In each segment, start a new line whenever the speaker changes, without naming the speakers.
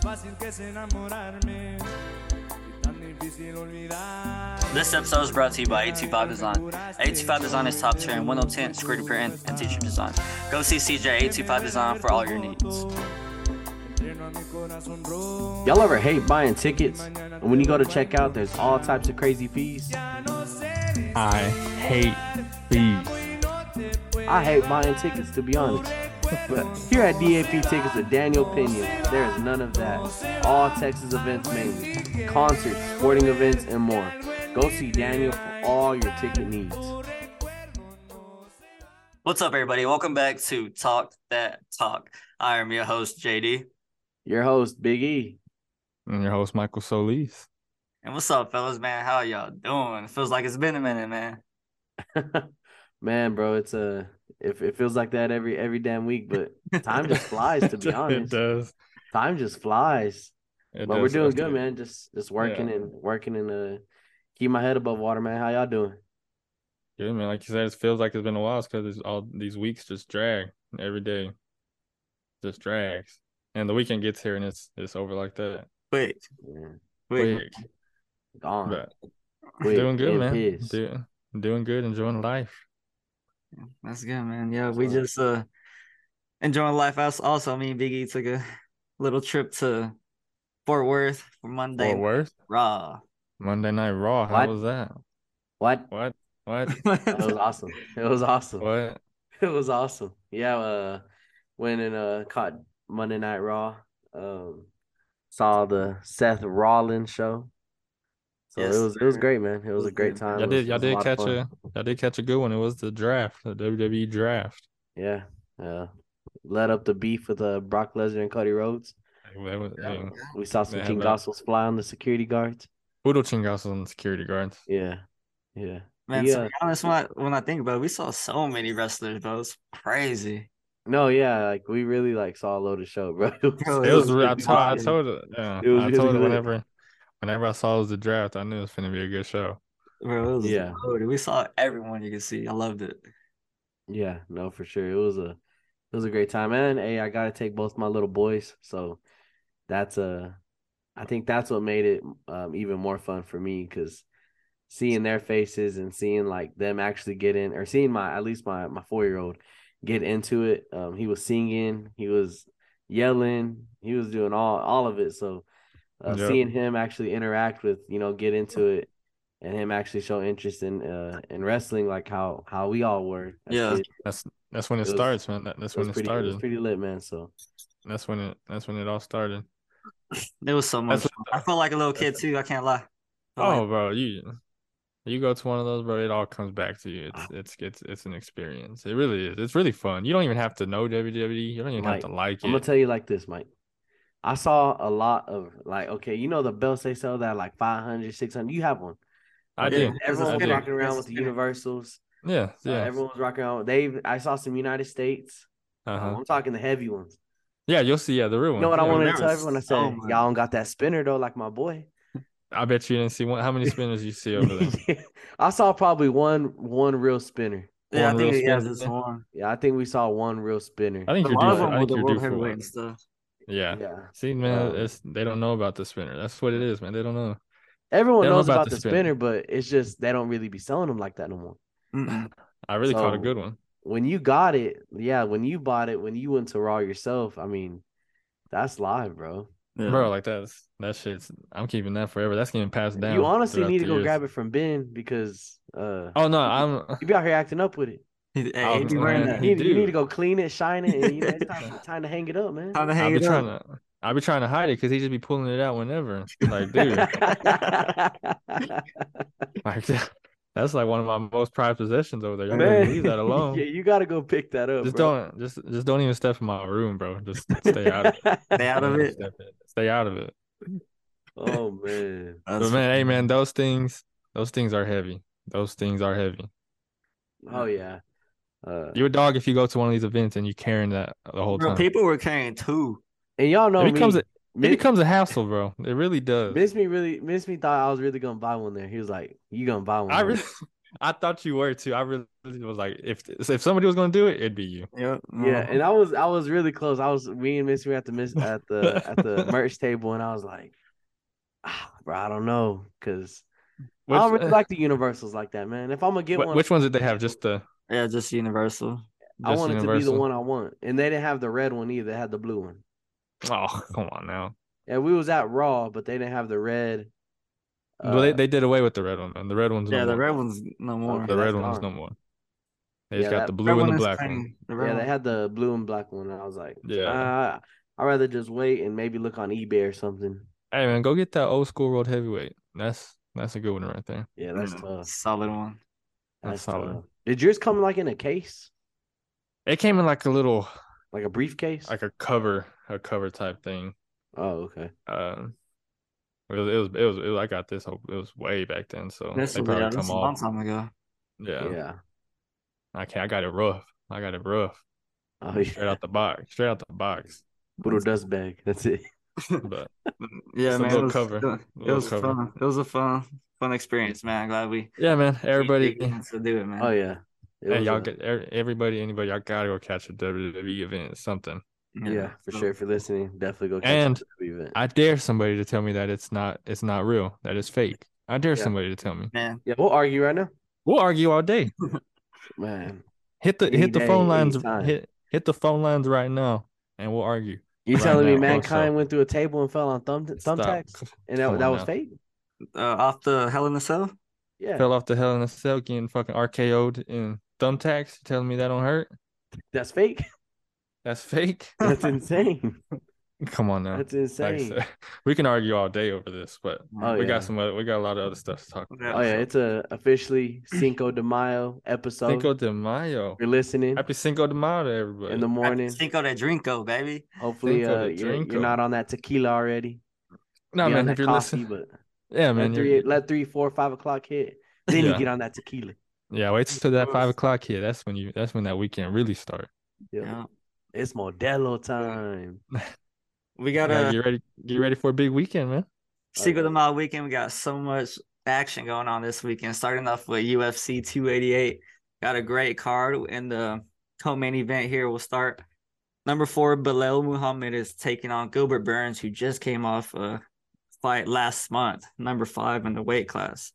fácil que es enamorarme y tan difícil olvidar.
This episode is brought to you by 825 Design. 825 Design is top tier in window tint, screen print, and t-shirt design. Go see CJ 825 Design for all your needs.
Entreno a mi corazón roto.
Y'all ever hate buying tickets? And when you go to check out, there's all types of crazy fees.
Ya no sé ni
I hate fees.
y no te puedo
I hate buying tickets, to be honest. But here at DAP Tickets with Daniel Pinion, there is none of that. All Texas events mainly. Concerts, sporting events, and more. Go see Daniel for all your ticket needs.
What's up, everybody? Welcome back to Talk That Talk. I am your host, JD.
Your host, Big E.
I'm your host, Michael Solis.
And what's up, fellas, man? How y'all doing? It feels like it's been a minute, man.
Man, bro, it's a it, it feels like that every every damn week, but time just flies to be honest.
it does.
Time just flies.
It
but we're
does,
doing
does
good,
it.
man. Just just working and working and uh keep my head above water, man. How y'all doing?
Good, man. Like you said, it feels like it's been a while because all these weeks just drag every day, just drags. And the weekend gets here and it's it's over like that.
Quick,
Yeah.
quick.
Quick,
Gone.
but
Quick
doing good,
and
man.
pissed.
Do, doing good, enjoying life.
That's good, man. Yeah, we
So-
just uh enjoying life. Also, also me and Biggie took a little trip to Fort Worth for Monday
Fort
Night
Worth,
Raw.
Monday Night Raw. How
What?
was that?
What?
What? What?
It was awesome. It was awesome.
what?
It was awesome. Yeah, uh went and uh caught Monday Night Raw. Um saw the Seth Rollins show. So
Yes,
it was it was
sir.
great, man. It was a great
Y'all
time.
Y'all
It was-
did.
it
Y'all
was a
did
lot of
catch
fun.
a. Y'all did catch a good one. It was the draft, the WWE draft.
Yeah. Yeah. uh, Led up the beef with uh Brock Lesnar and Cody Rhodes.
That was,
Yeah.
hey,
We saw some
They
King
had that.
Gospels fly on the security guards.
Udo Chingas was on the security guards.
Yeah. Yeah.
Man, to
Yeah.
be honest, when I, when I think about it, we saw so many wrestlers, bro. It's crazy.
No, yeah, like we really like saw a load of show, bro. It was,
Bro,
It was. re- I
pretty
told. I
wild.
told. her- Yeah,
It was
I
really
told her
good.
whenever, whenever I saw it was the draft, I knew it was gonna be a good show.
Bro, it was
Yeah.
loaded. We saw everyone you could see. I loved it.
Yeah, no, for sure. It was a it was a great time. And hey, I gotta take both my little boys. So that's uh I think that's what made it um even more fun for me because seeing their faces and seeing like them actually get in or seeing my at least my my four year old get into it. Um he was singing, he was yelling, he was doing all all of it. So uh,
Yeah.
seeing him actually interact with, you know, get into it and him actually show interest in uh in wrestling like how how we all were. as
Yeah.
kids.
That's that's when it,
It was-
starts, man. That, that's
It was
when it
pretty it was
started.
pretty lit, man. So
That's when it. That's when it all started.
It was so much.
That's
fun. I felt like a little kid too. I can't lie. I felt
Oh,
like-
bro, you you go to one of those, bro. It all comes back to you.
Ah.
It's it's it's it's an experience. It really is. It's really fun. You don't even have to know WWE. You don't even
Like,
have to like
I'm gonna
it.
tell you like this, Mike. I saw a lot of like, okay, you know the belts they sell that are like 500, 600. You have one.
I
Yeah,
did.
Everyone
I
was
did.
rocking around with the
Spinner.
universals.
Yeah,
Uh,
yeah.
everyone was rocking around. with- They, I saw some United States. Um,
Uh-huh.
I'm talking the heavy ones.
Yeah, you'll see. Yeah, the real
You
one.
know what I
Yeah,
wanted
there
to tell
was
everyone? I said,
so
Oh
y'all
much.
don't got that spinner though, like my boy.
I bet you didn't see one. How many spinners you see over there?
I saw probably one one real spinner.
yeah, I
One
think
real
it has
spin.
this one.
Yeah, I think we saw one real spinner.
I think
A
you're
lot
due.
of
For,
them
I
were
think
the
you're
world
due for
heavyweight
one.
and stuff.
Yeah.
yeah.
See, man,
Um,
it's they don't know about the spinner. That's what it is, man. They don't know.
Everyone
They don't know
knows
about
about
the
the spinner, but it's just they don't really be selling them like that no more.
Mm-mm.
I really caught a
So-
good one.
When you got it, yeah, when you bought it, when you went to Raw yourself, I mean, that's live, bro.
Bro, like that's that shit's I'm keeping that forever. That's getting passed down.
you honestly
throughout
need
the
to go
years.
grab it from Ben because uh
Oh no, I'm
you be out here acting up with it.
He- hey,
Oh,
he be
man.
wearing
You
that.
He-
need, you need to
do.
go clean it, shine it, and you know, it's time, time to hang it up, man.
Time to
I'll
hang
be
it
trying
up.
to I'll be trying to hide it because he just be pulling it out whenever. Like, dude, like that's like one of my most prized possessions over there. Y'all better leave that alone.
Yeah, you gotta go pick that up.
just
bro.
don't just just don't even step in my room, bro. Just stay out of it.
Stay out of
Don't
it.
step in- Stay out of it.
oh man.
But man, hey man, those things those things are heavy. Those things are heavy.
Oh yeah. Uh,
You're a dog if you go to one of these events and you're carrying that the whole
Bro,
time.
people were carrying two.
and y'all know
it becomes
me.
a, it becomes a hassle, bro. It really does.
Miss me really, Miss me thought I was really gonna buy one there. He was like, "You gonna buy one?"
I
huh?"
really, I thought you were too. I really was like, if if somebody was gonna do it, it'd be you.
Yeah,
Yeah,
Uh-huh.
and I was I was really close. I was me and Miss were at the miss at the at the merch table, and I was like, ah, bro, I don't know, cause I don't really like the universals like that, man. If I'm gonna get
uh, Wh-
one,
which ones did they have? Just the
yeah, just universal.
just
I want it to be the
Universal?
one I want, and they didn't have the red one either. They had the blue one.
Oh, come on now.
Yeah, we was at Raw, but they didn't have the red.
well, they,
uh,
they did away with the red one, and the red one's
Yeah,
no
the
more.
red one's no more.
the
that's
red one's no
gone.
more. They just
Yeah,
got
that-
the
Red
blue and the
is
black
kinda-
one.
The red
uh, yeah,
one-
they had the blue and black one, and I was like,
Yeah.
"Ah, I'd rather just wait and maybe look on eBay or something.
Hey man, go get that old school world heavyweight. That's that's a good one right there.
Yeah, that's
Yeah,
tough.
Solid one.
That's
That's
Mm. solid.
tough. Did yours come like in a case,
It came in like a little
like a briefcase?
like a cover, a cover type thing.
oh, okay.
Um, it was it was it was, it was I got this. It was way back then, so
This
they
was
probably
yeah,
come
this was a long
off.
time ago.
Yeah.
Yeah.
okay, I got it rough. I got it rough.
Oh, yeah.
Straight out the box. Straight out the box.
Little dust bag. That's it.
But
Yeah,
Just a
man. It
little
was,
cover,
it
a little
was
cover.
fun. It was a fun, fun experience, man. Glad we
yeah, man. Everybody,
to do it, man.
Oh yeah. It
hey,
was
y'all
a-
get er- everybody, anybody, y'all gotta go catch a WWE event, something.
Yeah, for
so-
sure. If you're listening, definitely go. catch
And
the event.
I dare somebody to tell me that it's not, it's not real, that it's fake. I dare
Yeah.
somebody to tell me.
man.
yeah, we'll argue right now,
We'll argue all day.
man.
Hit the
Any
hit the
day,
phone lines.
anytime.
Hit hit the phone lines right now, and we'll argue.
You
Right
telling me
now, also-
mankind went through a table and fell on thumb
Stop.
thumbtacks, and
Come
that,
on
that was
now.
fake?
Uh, off the Hell in a Cell.
Yeah,
Fell off the hell in a cell, getting fucking RKO'd and thumbtacks. You telling me that don't hurt?
that's fake.
That's fake.
That's insane.
Come on now.
That's
Like I
insane.
said, we can argue all day over this, but
Oh,
we
yeah.
got some other, we got a lot of other stuff to talk about.
Oh yeah,
so.
it's a officially Cinco de Mayo episode.
Cinco de Mayo.
If you're listening
Happy Cinco de Mayo to everybody.
in the morning.
Cinco de Drinko, baby.
Hopefully,
Cinco
uh,
de
you're, you're
Drinko.
not on that tequila already. Be
no,
on
man,
that
if you're
coffee,
listening,
but
yeah, man,
let
you're-
three, let three, four, five o'clock hit. Then
Yeah.
you get on that tequila.
yeah, wait till that
Of
five
course.
o'clock here. That's when you, that's when that weekend really start.
Yep.
Yeah.
It's Modelo time.
We got
Yeah,
a
get ready, get ready for a big weekend, man.
Cinco de Mayo weekend. We got so much action going on this weekend. Starting off with UFC 288. Got a great card in the co-main event here. We'll start. Number four, Bilal Muhammad is taking on Gilbert Burns, who just came off a fight last month. Number five in the weight class.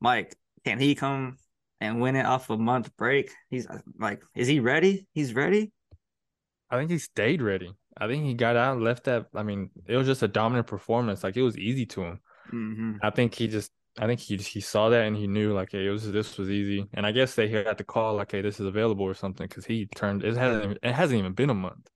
Mike, can he come and win it off a month break? He's uh, like, is he ready? He's ready.
I think he stayed ready. I think he got out and left that. I mean, it was just a dominant performance. Like it was easy to him.
Mm-hmm.
I think he just, I think he just, he saw that and he knew like, hey, it was this was easy. And I guess they got the call like, hey, this is available or something because he turned. It hasn't. even- It hasn't even been a month.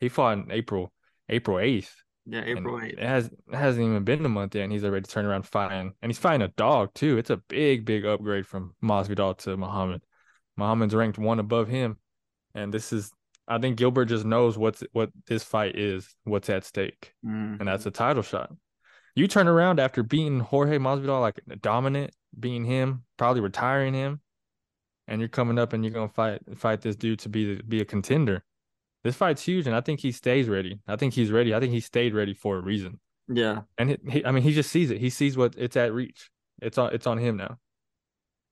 He fought in April, April eighth.
Yeah,
and
April 8th.
It has it hasn't even been a month yet, and he's already turned around fighting, and he's fighting a dog too. It's a big, big upgrade from Masvidal to Muhammad. Muhammad's ranked one above him, and this is I think Gilbert just knows what's what this fight is, what's at stake,
Mhm.
and that's a title shot. You turn around after beating Jorge Masvidal like dominant, beating him, probably retiring him, and you're coming up and you're gonna fight fight this dude to be be a contender. This fight's huge, and I think he stays ready. I think he's ready. I think he stayed ready for a reason.
Yeah.
And he, he, I mean, he just sees it. He sees what it's at reach. It's on. It's on him now.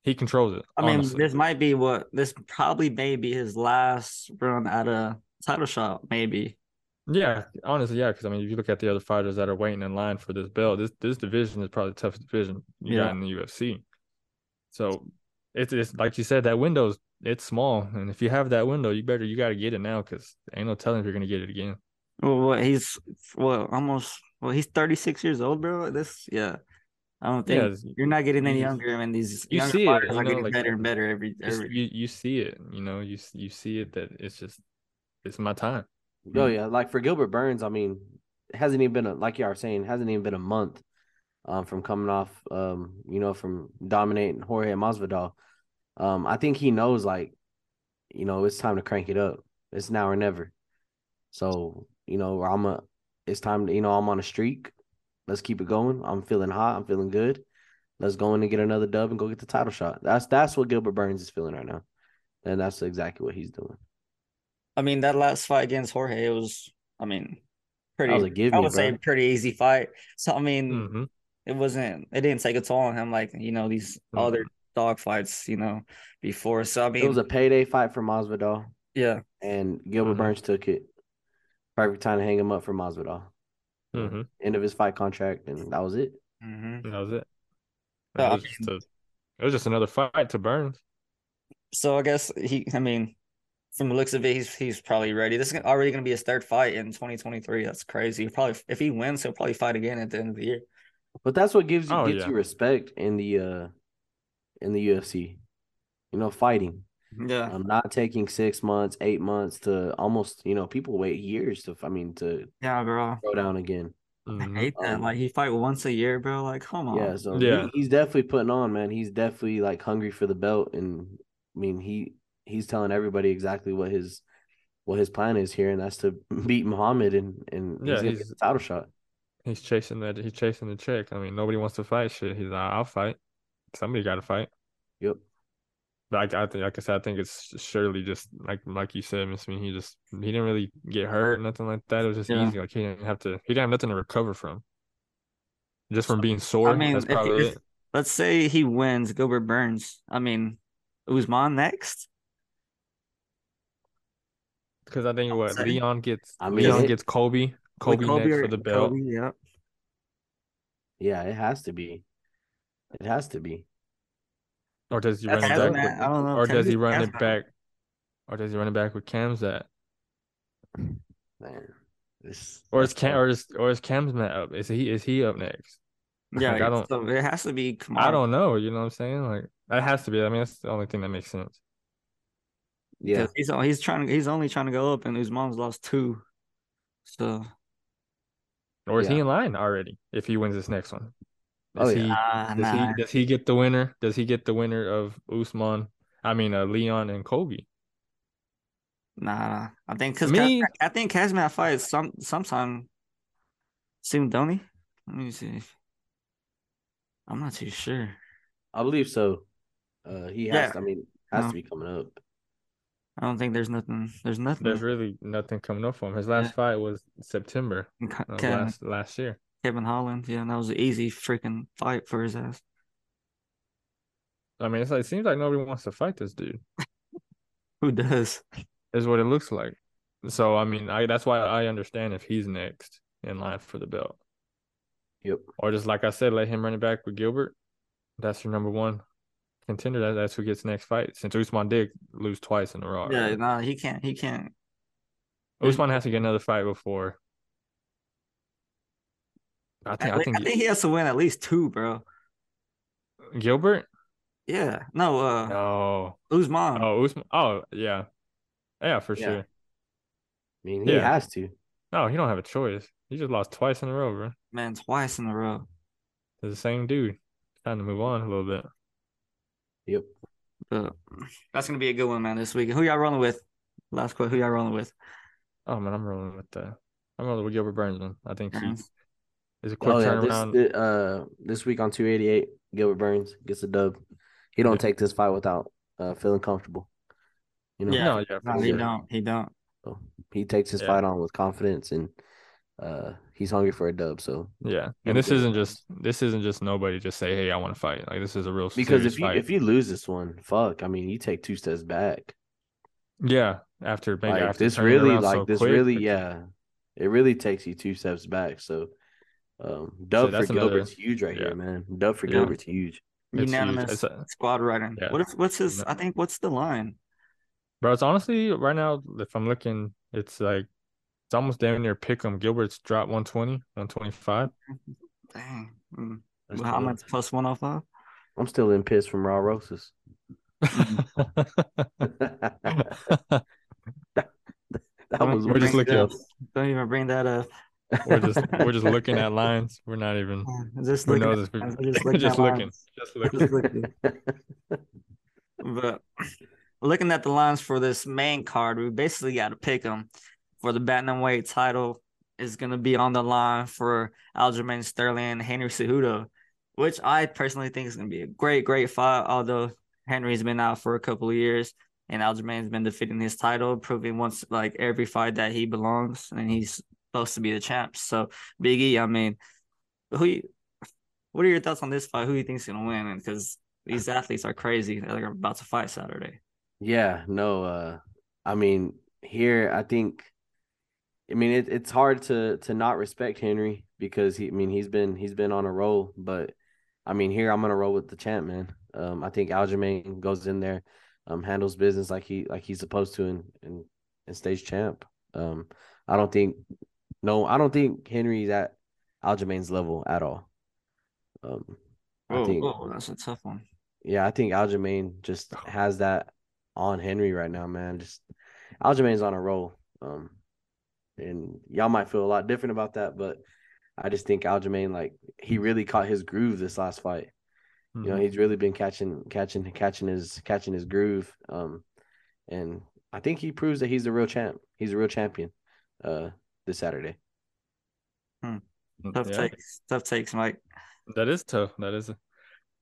He controls it.
I mean,
honestly.
this might be what this probably may be his last run at a title shot, maybe.
yeah, honestly, yeah. Because I mean, if you look at the other fighters that are waiting in line for this belt, this this division is probably the toughest division you
Yeah.
got in the UFC. So it's it's like you said, that window's it's small, and if you have that window, you better you got to get it now because ain't no telling if you're gonna get it again.
Well, what he's well, almost well, he's 36 years old, bro. This, yeah, I don't think
Yeah, it's-
you're not getting any
you-
younger. and these
you
younger
see it,
fighters
you
are
know,
getting
like,
better and better every
It's-
every.
you you see it. You know, you s- you see it that it's just it's my time.
Oh yeah, like for Gilbert Burns, I mean, it hasn't even been a like you are saying, it hasn't even been a month um, from coming off, um, you know, from dominating Jorge Masvidal. Um, I think he knows like, you know, it's time to crank it up. It's now or never. So you know, I'm a. It's time to you know I'm on a streak. Let's keep it going. I'm feeling hot. I'm feeling good. Let's go in and get another dub and go get the title shot. That's that's what Gilbert Burns is feeling right now, and that's exactly what he's doing.
I mean, that last fight against Jorge it was, I mean, pretty.
was a give
I
me,
would say
bro.
pretty easy fight. So I mean,
hmm
it wasn't. It didn't take a toll on him, like you know these
Mm.
other dog fights, you know, before. So I mean,
It was a payday fight for Masvidal,
yeah,
and Gilbert
Mhm.
Burns took it. Perfect time to hang him up for Masvidal.
hmm
End of his fight contract, and that was it.
hmm
That was it.
Yeah,
It
I
was, just a, it was just another fight to Burns.
So I guess he, I mean, from the looks of it, he's he's probably ready. This is gonna- already going to be his third fight in 2023. That's crazy. He'll probably if he wins, he'll probably fight again at the end of the year.
But that's what gives you
Oh,
gets
yeah.
you respect in the uh in the UFC. You know, fighting.
Yeah,
I'm not taking six months, eight months to almost. You know, people wait years to. I mean, to
yeah, bro.
go down again.
Mhm.
I hate that.
Um,
Like he fight once a year, bro. Like come on.
Yeah, so
Yeah.
He, he's definitely putting on, man. He's definitely like hungry for the belt, and I mean he he's telling everybody exactly what his what his plan is here, and that's to beat Muhammad, and and
Yeah,
he's gonna
he's-
get the title shot.
He's chasing that. He's chasing the chick. I mean, nobody wants to fight. Shit, he's like, I'll fight. Somebody got to fight.
Yep.
But I, I think, like I said, I think it's surely just like like you said, Miss Me. He just he didn't really get hurt, nothing like that. It was just
Yeah.
easy. Like he didn't have to. He didn't have nothing to recover from. Just from being sore.
I mean,
that's
if-
probably
if-
it.
Let's say he wins, Gilbert Burns. I mean, Usman next.
Because I think what
saying-
Leon gets.
I mean,
Leon
it-
gets Kobe.
Would
Kobe, next
or-
for the belt.
Kobe, yeah.
Yeah, it has to be. It has to be.
Or does he
That's
run it
after
back?
Hazmat.
that, I
with-
don't know.
Or
Can
does
we
he run
ask
it back? Or does he run it back with Cam's at?
Man, this
Or is
that's
Cam
tough.
or is or is Cam's not up? Is he is he up next?
Yeah,
Like, I don't-
so it has to be. Kamara.
I don't know. You know what I'm saying? Like that has to be. I mean, that's the only thing that makes sense.
yeah,
'cause He's he's trying. He's only trying to go up, and Usman's lost two. So
Or is he
Yeah.
in line already? If he wins this next one,
Oh,
Does
yeah.
he-
ah,
does
nah.
he does he get the winner? Does he get the winner of Usman? I mean, uh, Leon and Kobe.
Nah, nah. I think because
Me-
I think Kazmat fights some sometime soon, don't he? Let me see. I'm not too sure.
I believe so. Uh, he has.
Yeah.
To, I mean, has
No.
to be coming up.
I don't think there's nothing. There's nothing.
Mm-hmm.
There's really nothing coming up for him. His last
Yeah.
fight was September
in Ke-
of
Kevin,
last last year.
Kevin Holland, yeah, and that was an easy freaking fight for his ass.
I mean, it's like it seems like nobody wants to fight this dude.
Who does?
Is what it looks like. So I mean, I that's why I understand if he's next in line for the belt.
Yep.
Or just like I said, let him run it back with Gilbert. That's your number one contender. That, that's who gets next fight. Since Usman did lose twice in a row.
Yeah,
already.
no, he can't. He can't.
Usman has to get another fight before. I think
At
I
le-
think,
I think he has to win at least two, bro.
Gilbert.
Yeah, no, uh,
No.
Usman.
Oh Usman. Oh yeah, yeah for
Yeah.
sure.
I mean, he
Yeah.
has to.
No, he don't have a choice. He just lost twice in a row, bro.
man, twice in a row.
To the same dude. Time to move on a little bit.
Yep.
But that's gonna be a good one, man. This weekend. Who y'all rolling with? Last question. Who y'all rolling with?
Oh man, I'm rolling with that. I'm rolling with Gilbert Burns. Man. I think he
Burns.
is a quick
Oh yeah,
turnaround.
this thi- uh this week on 288, Gilbert Burns gets a dub. He don't
Yeah.
take this fight without uh feeling comfortable. You know,
Yeah.
No, yeah,
No,
for
he
sure.
don't. He don't.
so he takes his
Yeah.
fight on with confidence, and uh he's hungry for a dub. So
Yeah,
He'll
and this
get it.
isn't just this isn't just nobody just say hey I want to fight like this is a real
because
serious
if you
fight.
if you lose this one, fuck, I mean, you take two steps back.
yeah after maybe
like
after
this
turning
really,
around
like
so
this
quick,
really,
it's-
yeah, it really takes you two steps back. So um dub
that's
for
another-
Gilbert's huge right
yeah.
here, man. Dub for
Yeah.
Gilbert's huge.
it's huge.
Unanimous.
It's a-
Squad writing.
Yeah.
What if? What's his?
No.
I think. What's the line?
bro, it's honestly right now if I'm looking, it's like it's almost damn near pick 'em. Gilbert's dropped 120, 125.
Dang. Mm.
That's dope.
Muhammad's plus one hundred five.
I'm still in piss from Raw Roses. that was
We're
weird.
just looking up.
Don't even bring that up.
We're just we're just looking at lines. We're not even
Hmm. Just
who
looking.
knows if
at lines.
we
We're just looking.
just
at lines.
looking. Just
We're
looking.
just looking. But looking at the lines for this main card, we basically got to pick them for the bantamweight title. Is going to be on the line for Aljamain Sterling and Henry Cejudo, which I personally think is going to be a great, great fight. Although Henry's been out for a couple of years, and Aljamain's been defending his title, proving once like every fight that he belongs and he's supposed to be the champ. So Biggie, I mean, who? You, what are your thoughts on this fight? Who you think's going to win? Because These athletes are crazy. They're about to fight Saturday.
Yeah, no, uh I mean here I think I mean it, it's hard to to not respect Henry because he I mean he's been he's been on a roll, but I mean here I'm gonna roll with the champ, man. Um I think Aljamain goes in there, um handles business like he like he's supposed to and and, and stays champ. Um I don't think no I don't think Henry's at Aljamain's level at all. Um
Whoa,
I think
whoa, that's a tough one.
yeah, I think Aljamain just
Oh.
has that on Henry right now, man. Just Aljamain's on a roll. Um and y'all might feel a lot different about that, but I just think Aljamain like he really caught his groove this last fight. You
Mm-hmm.
know, he's really been catching catching catching his catching his groove. Um and I think he proves that he's the real champ. He's a real champion uh this Saturday.
Mhm.
Tough
Yeah.
takes. Tough takes, Mike.
That is tough. That is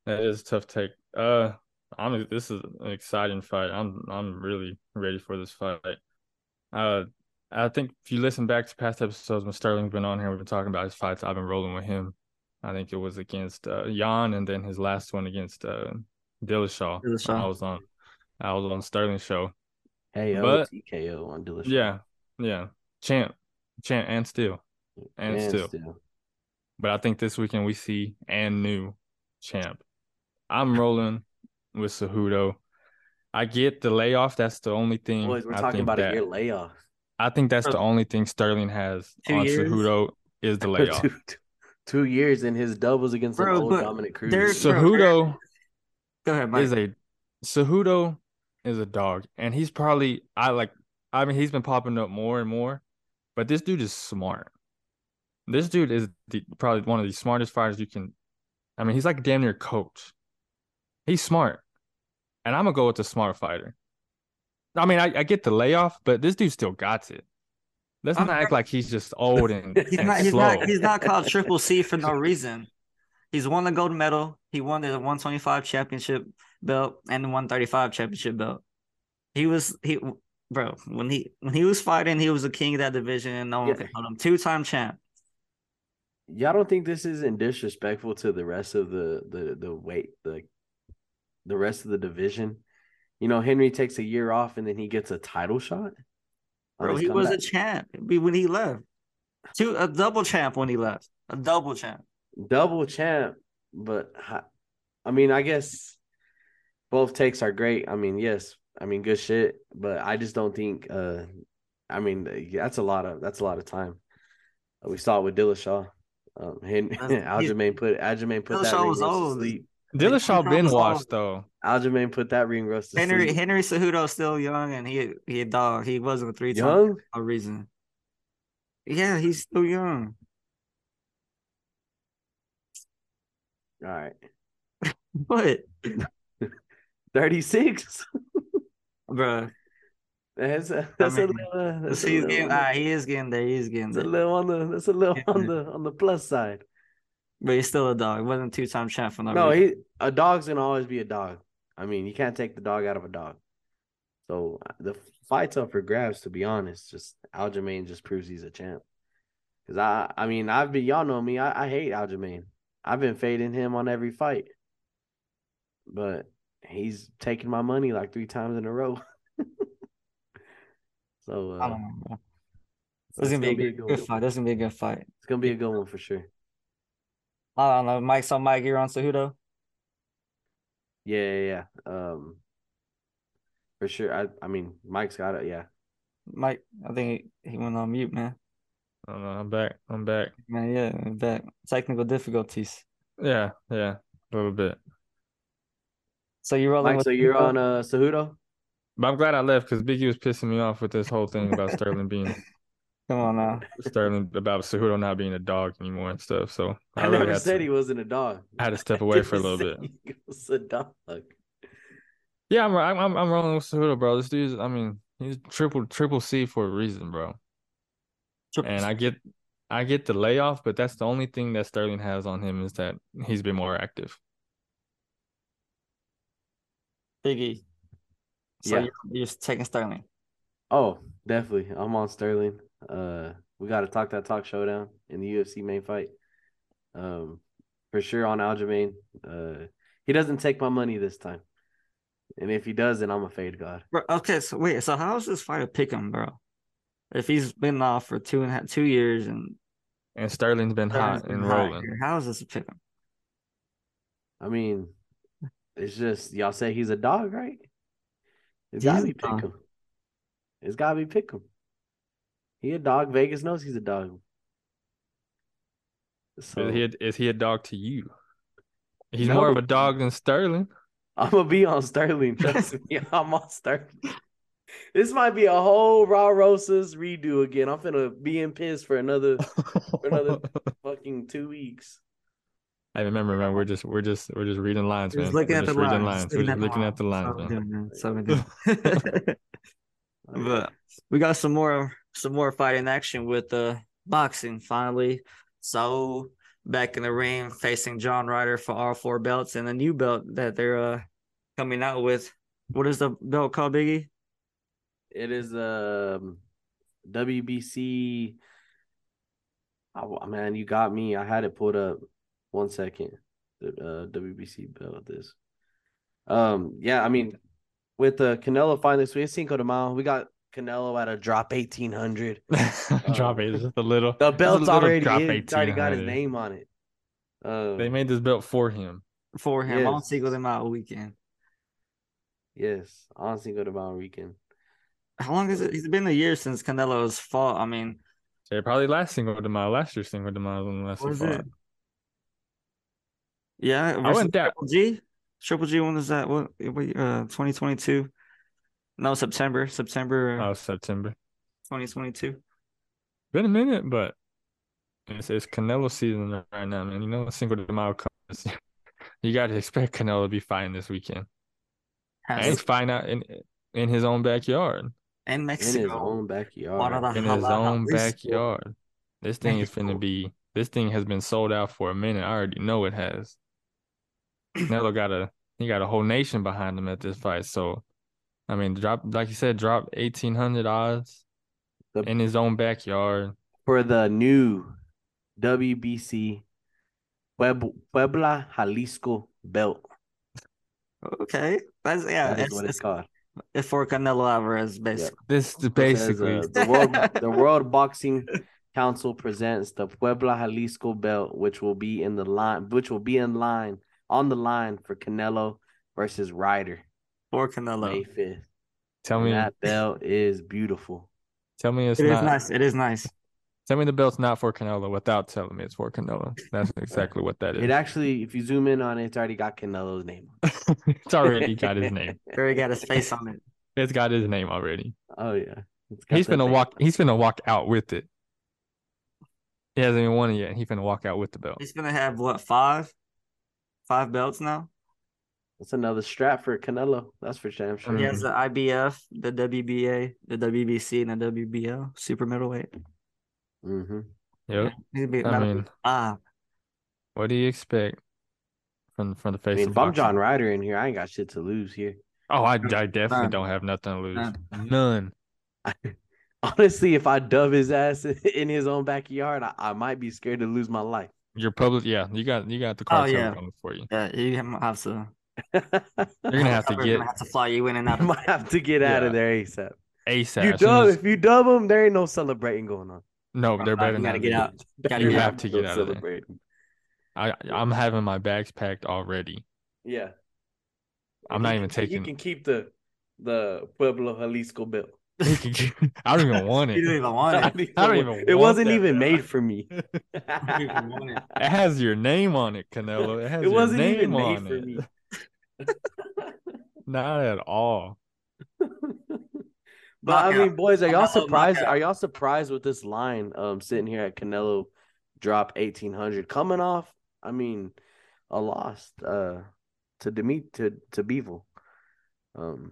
that is a tough take. Uh I'm this is an exciting fight. I'm I'm really ready for this fight. Uh I think if you listen back to past episodes when Sterling's been on here, we've been talking about his fights. I've been rolling with him. I think it was against uh Jan and then his last one against uh Dillashaw. when
Dillashaw.
I was on I was on Sterling's show.
Hey, yo,
But-
TKO on Dillashaw.
Yeah. Yeah. Champ. Champ and Steel. And, Steel. But I think this weekend we see and new champ. I'm rolling with Cejudo. I get the layoff. That's the only thing.
Boys, we're
Mm, I
talking
think
about
that-
a year layoff.
I think that's the only thing Sterling has
Two
on
years?
Cejudo is the layoff.
two, two- two years in his doubles against an
Bro,
old
but
dominant Cruz.
there's- Bro,
Cejudo
Go ahead, Mike.
is a Cejudo is a dog, and he's probably I like. I mean, he's been popping up more and more, but this dude is smart. This dude is the, probably one of the smartest fighters you can. I mean, he's like damn near coach. He's smart, and I'm gonna go with the smart fighter. I mean, I, I get the layoff, but this dude still got it. Let's
I'm
not act like he's just old and,
He's
and
not, he's
slow.
not. He's not called Triple C for no reason. He's won the gold medal. He won the 125 championship belt and the 135 championship belt. He was he, bro. When he when he was fighting, he was the king of that division, and no one
Yeah.
could hold him. Two time champ.
Y'all don't think this isn't disrespectful to the rest of the the the weight the the rest of the division? You know, Henry takes a year off and then he gets a title shot. on
Bro,
his
he was a
comeback.
champ when he left. Two a double champ when he left. A double champ.
double champ, but hi- I mean, I guess both takes are great. I mean, yes, I mean, good shit, but I just don't think. uh I mean, uh, that's a lot of that's a lot of time. Uh, We saw it with Dillashaw. Um, Hen-
That's-
Aljamain put Aljamain put that
Dillashaw
ring
was
rust
old.
to sleep.
Dillashaw been
He's old.
washed though.
Aljamain put that ring rust to
Henry
sleep.
Henry Cejudo's still young, and he he a dog. He wasn't a three time
Young,
for no reason. Yeah, he's still young.
all right,
But
thirty six.
Bruh,
That's a that's
mean,
a little. uh, That's a
see, he's getting,
little,
ah, he is getting there. He's getting
that's a
there,
little on the that's a little
Yeah.
on the on the plus side.
but he's still a dog. Wasn't two time champ for no,
No,
reason.
he a dog's gonna always be a dog. I mean, you can't take the dog out of a dog. So the fight's up for grabs, to be honest. Just Aljamain just proves he's a champ. Cause I, I mean, I've been y'all know me. I, I hate Aljamain. I've been fading him on every fight, but he's taking my money like three times in a row. so uh,
I don't know. bro.
so
This is
it's
gonna be a good, good
one.
fight. This is gonna be a good fight.
It's gonna be a good one for sure.
I don't know. Mike saw Mike. You're on Cejudo.
Yeah, yeah, yeah. Um, for sure. I, I mean, Mike's got it. Yeah.
Mike, I think he, he went on mute, man.
I don't know. I'm back. I'm back.
Man, yeah, that technical difficulties.
Yeah, yeah, a little bit.
So you're rolling.
Mike,
with
so you're
Cejudo?
on uh Cejudo?
But I'm glad I left because Biggie was pissing me off with this whole thing about Sterling being
Come on now.
Sterling about Cejudo not being a dog anymore and stuff. So
I,
really
never
had
said
to,
he wasn't a dog.
I had to step away for a
Never
little bit.
said He was a dog.
Yeah, I'm I'm I'm, I'm rolling with Cejudo, bro. This dude's I mean he's triple triple C for a reason, bro. And I get I get the layoff, but that's the only thing that Sterling has on him is that he's been more active.
Biggie. So
Yeah.
you're, you're taking Sterling.
Oh, definitely. I'm on Sterling. Uh we gotta talk that talk showdown in the UFC main fight. Um for sure on Aljamain. Uh He doesn't take my money this time. And if he does, then I'm a fade god.
Bro, okay, so wait, so how is this fight a pick him, bro? If he's been off for two and a half, two years and
And Sterling's been
Sterling's
hot
been
and
hot
rolling.
here, how is this a pick him?
I mean, it's just y'all say he's a dog, right?
He's
It's gotta
a
be pick
dog.
him. It's gotta be pick him. He a dog. Vegas knows he's a dog. So
Is he a, is he a dog to you? He's
No.
more of a dog than Sterling.
I'm gonna be on Sterling. Trust me, I'm on Sterling. This might be a whole Raw Rosas redo again. I'm finna be in piss for another another- fucking two weeks.
I remember, man. We're just we're just we're just reading lines, man.
Just looking
we're
at the
just reading
lines.
We're just looking at the lines, man.
That's what I'm doing, man. That's what I'm doing. But we got some more some more fighting action with uh boxing finally. So back in the ring facing John Ryder for all four belts and the new belt that they're uh coming out with. What is the belt called, Biggie?
It is um WBC. Oh, man, you got me. I had it pulled up. One second. The uh, WBC belt. This. Um. Yeah. I mean, with the Canelo fight this week, it's Cinco de Mayo. We got Canelo at a drop eighteen hundred.
drop it. It's just a little.
The
it's a
belt's
little
already
drop
in. It's already got his
1800.
name on it. Um,
They made this belt for him.
For him on
Yes.
Cinco de Mayo weekend.
yes, on Cinco de Mayo weekend.
How long is it? It's been a year since Canelo's fought. I mean,
They probably last single de Mayo, last year's single de Mayo was on the last
what is
year.
it? Yeah,
I
versus
went down.
Triple G. Triple G. When was that? What? what, Uh, twenty twenty two. No, September. September.
Oh, September.
2022.
Been a minute, but it's, it's Canelo season right now, man. You know, single de Mayo comes. You got to expect Canelo to be fighting this weekend. And he's
Has,
fighting out in in his own backyard.
and
In his
Mexico.
own
One of
backyard.
the
In his
halal
own
Jalisco.
backyard. This thing is finna
Mexico.
be. This thing has been sold out for a minute. I already know it has. Canelo got a he got a whole nation behind him at this fight. So, I mean, drop like you said, drop eighteen hundred odds
The-
in his own backyard.
For the new WBC Pueb- Puebla Jalisco belt.
Okay, that's yeah.
That is
it's,
what it's
it's-
called.
it's for Canelo Alvarez, basically.
This is
It says,
basically
uh, the world the World Boxing Council presents the Puebla Jalisco belt, which will be in the line, which will be in line on the line for Canelo versus Ryder
For Canelo,
May fifth.
tell
And
me,
that belt is beautiful.
tell me it's
it is
not.
nice. It is nice.
Tell me the belt's not for Canelo without telling me it's for Canelo. That's exactly what that is.
It actually, if you zoom in on it, it's already got Canelo's name. on it.
it's already got his name.
There he got his face on it.
It's got his name already.
Oh yeah, It's got
He's
that
gonna
thing.
walk. He's gonna walk out with it. He hasn't even won it yet. He's gonna walk out with the belt.
He's gonna have what five, five belts now.
That's another strap for Canelo. That's for damn sure.
Mm-hmm.
He has the IBF, the WBA, the WBC, and the WBO super middleweight.
hmm
Yep.
He'd be
I
that'll be
mean,
five.
what do you expect from from the
I
face
mean,
of
if I'm
boxing?
John Ryder in here, I ain't got shit to lose here.
Oh, I, I definitely
None.
don't have nothing to lose.
None.
None.
Honestly, if I dub his ass in his own backyard, I, I might be scared to lose my life.
Your public, yeah, you got you got the cartel
yeah.
coming for you.
Yeah, you have to.
you
You're gonna have to
We're
get
Gonna have to fly you in and out. Of,
might have to get out
Yeah.
of there ASAP.
ASAP.
You
As soon
dub
as-
if you dub him, there ain't no celebrating going on.
no, they're better.
you gotta
not
get
be.
out. Gotta
You
get
have
out.
to get
No
out of there.
celebrating.
I I'm having my bags packed already.
Yeah,
I'm
You
not
can-
even
You
taking.
can keep the the Pueblo Jalisco belt.
you can- I don't even want
You don't
it.
even want it.
I
don't
want-
even
It
want
wasn't
that
even
belt.
made for me.
don't even want it.
It has your name on it, Canelo. It has
it
your
wasn't
name
even made
on
for
it.
me.
Not at all.
But I
Knockout.
mean, boys, are y'all
Canelo
surprised?
knockout.
Are y'all surprised with this line? Um, sitting here at Canelo drop eighteen hundred, coming off. I mean, a loss uh to Demi to to Beevil. Um,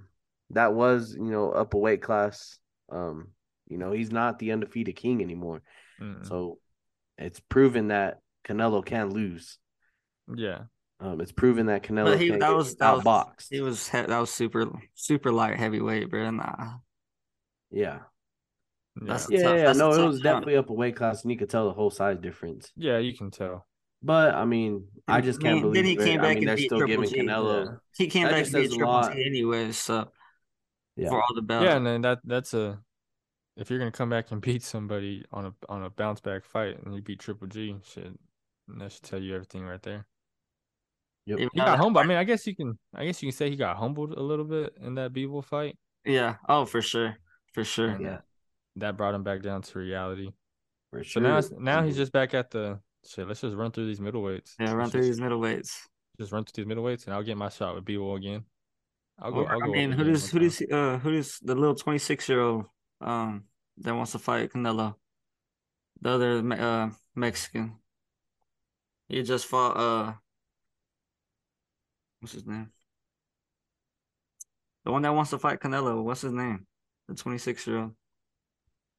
that was you know up a weight class. Um, you know he's not the undefeated king anymore.
Mm,
So it's proven that Canelo can lose.
yeah,
Um, it's proven that Canelo
he-
can
that
get
was- that was-
outboxed.
He was he- that was super super light heavyweight, bro. uh, Nah,
Yeah.
yeah,
That's-
Yeah,
tough-
yeah,
that's a
no, it
tough
was
jump.
definitely up a weight class, and you could tell the whole size difference.
yeah. You can tell.
But I mean, I just can't
mean,
believe
then he came
it.
back
I mean,
and
they're
beat
still
Triple
giving
G,
Canelo.
He came
That
back
just
and beat
says a
Triple
lot.
T anyway, so
Yeah.
for all the belts.
Yeah, and then that that's a if you're gonna come back and beat somebody on a on a bounce back fight and you beat Triple G, shit, that should tell you everything right there.
Yep.
Even
He
though
got
that
humbled. I
fight-
mean, I guess you can I guess you can say he got humbled a little bit in that Beeble fight.
Yeah. Oh, for sure. For sure.
and
Yeah.
That brought him back down to reality.
For
So
sure.
now it's, now he's
Mhm.
just back at the shit. Let's just run through these middleweights.
Yeah, run
Let's
through
just-
these middleweights.
just run through these middleweights, and I'll get my shot with B-Wall again. I'll go.
Or,
I'll go
I
up
mean, who
again
does
one
who
time.
does uh who does the little twenty six year old um that wants to fight Canelo? The other Me- uh Mexican. He just fought uh what's his name? The one that wants to fight Canelo, what's his name? The twenty six year old.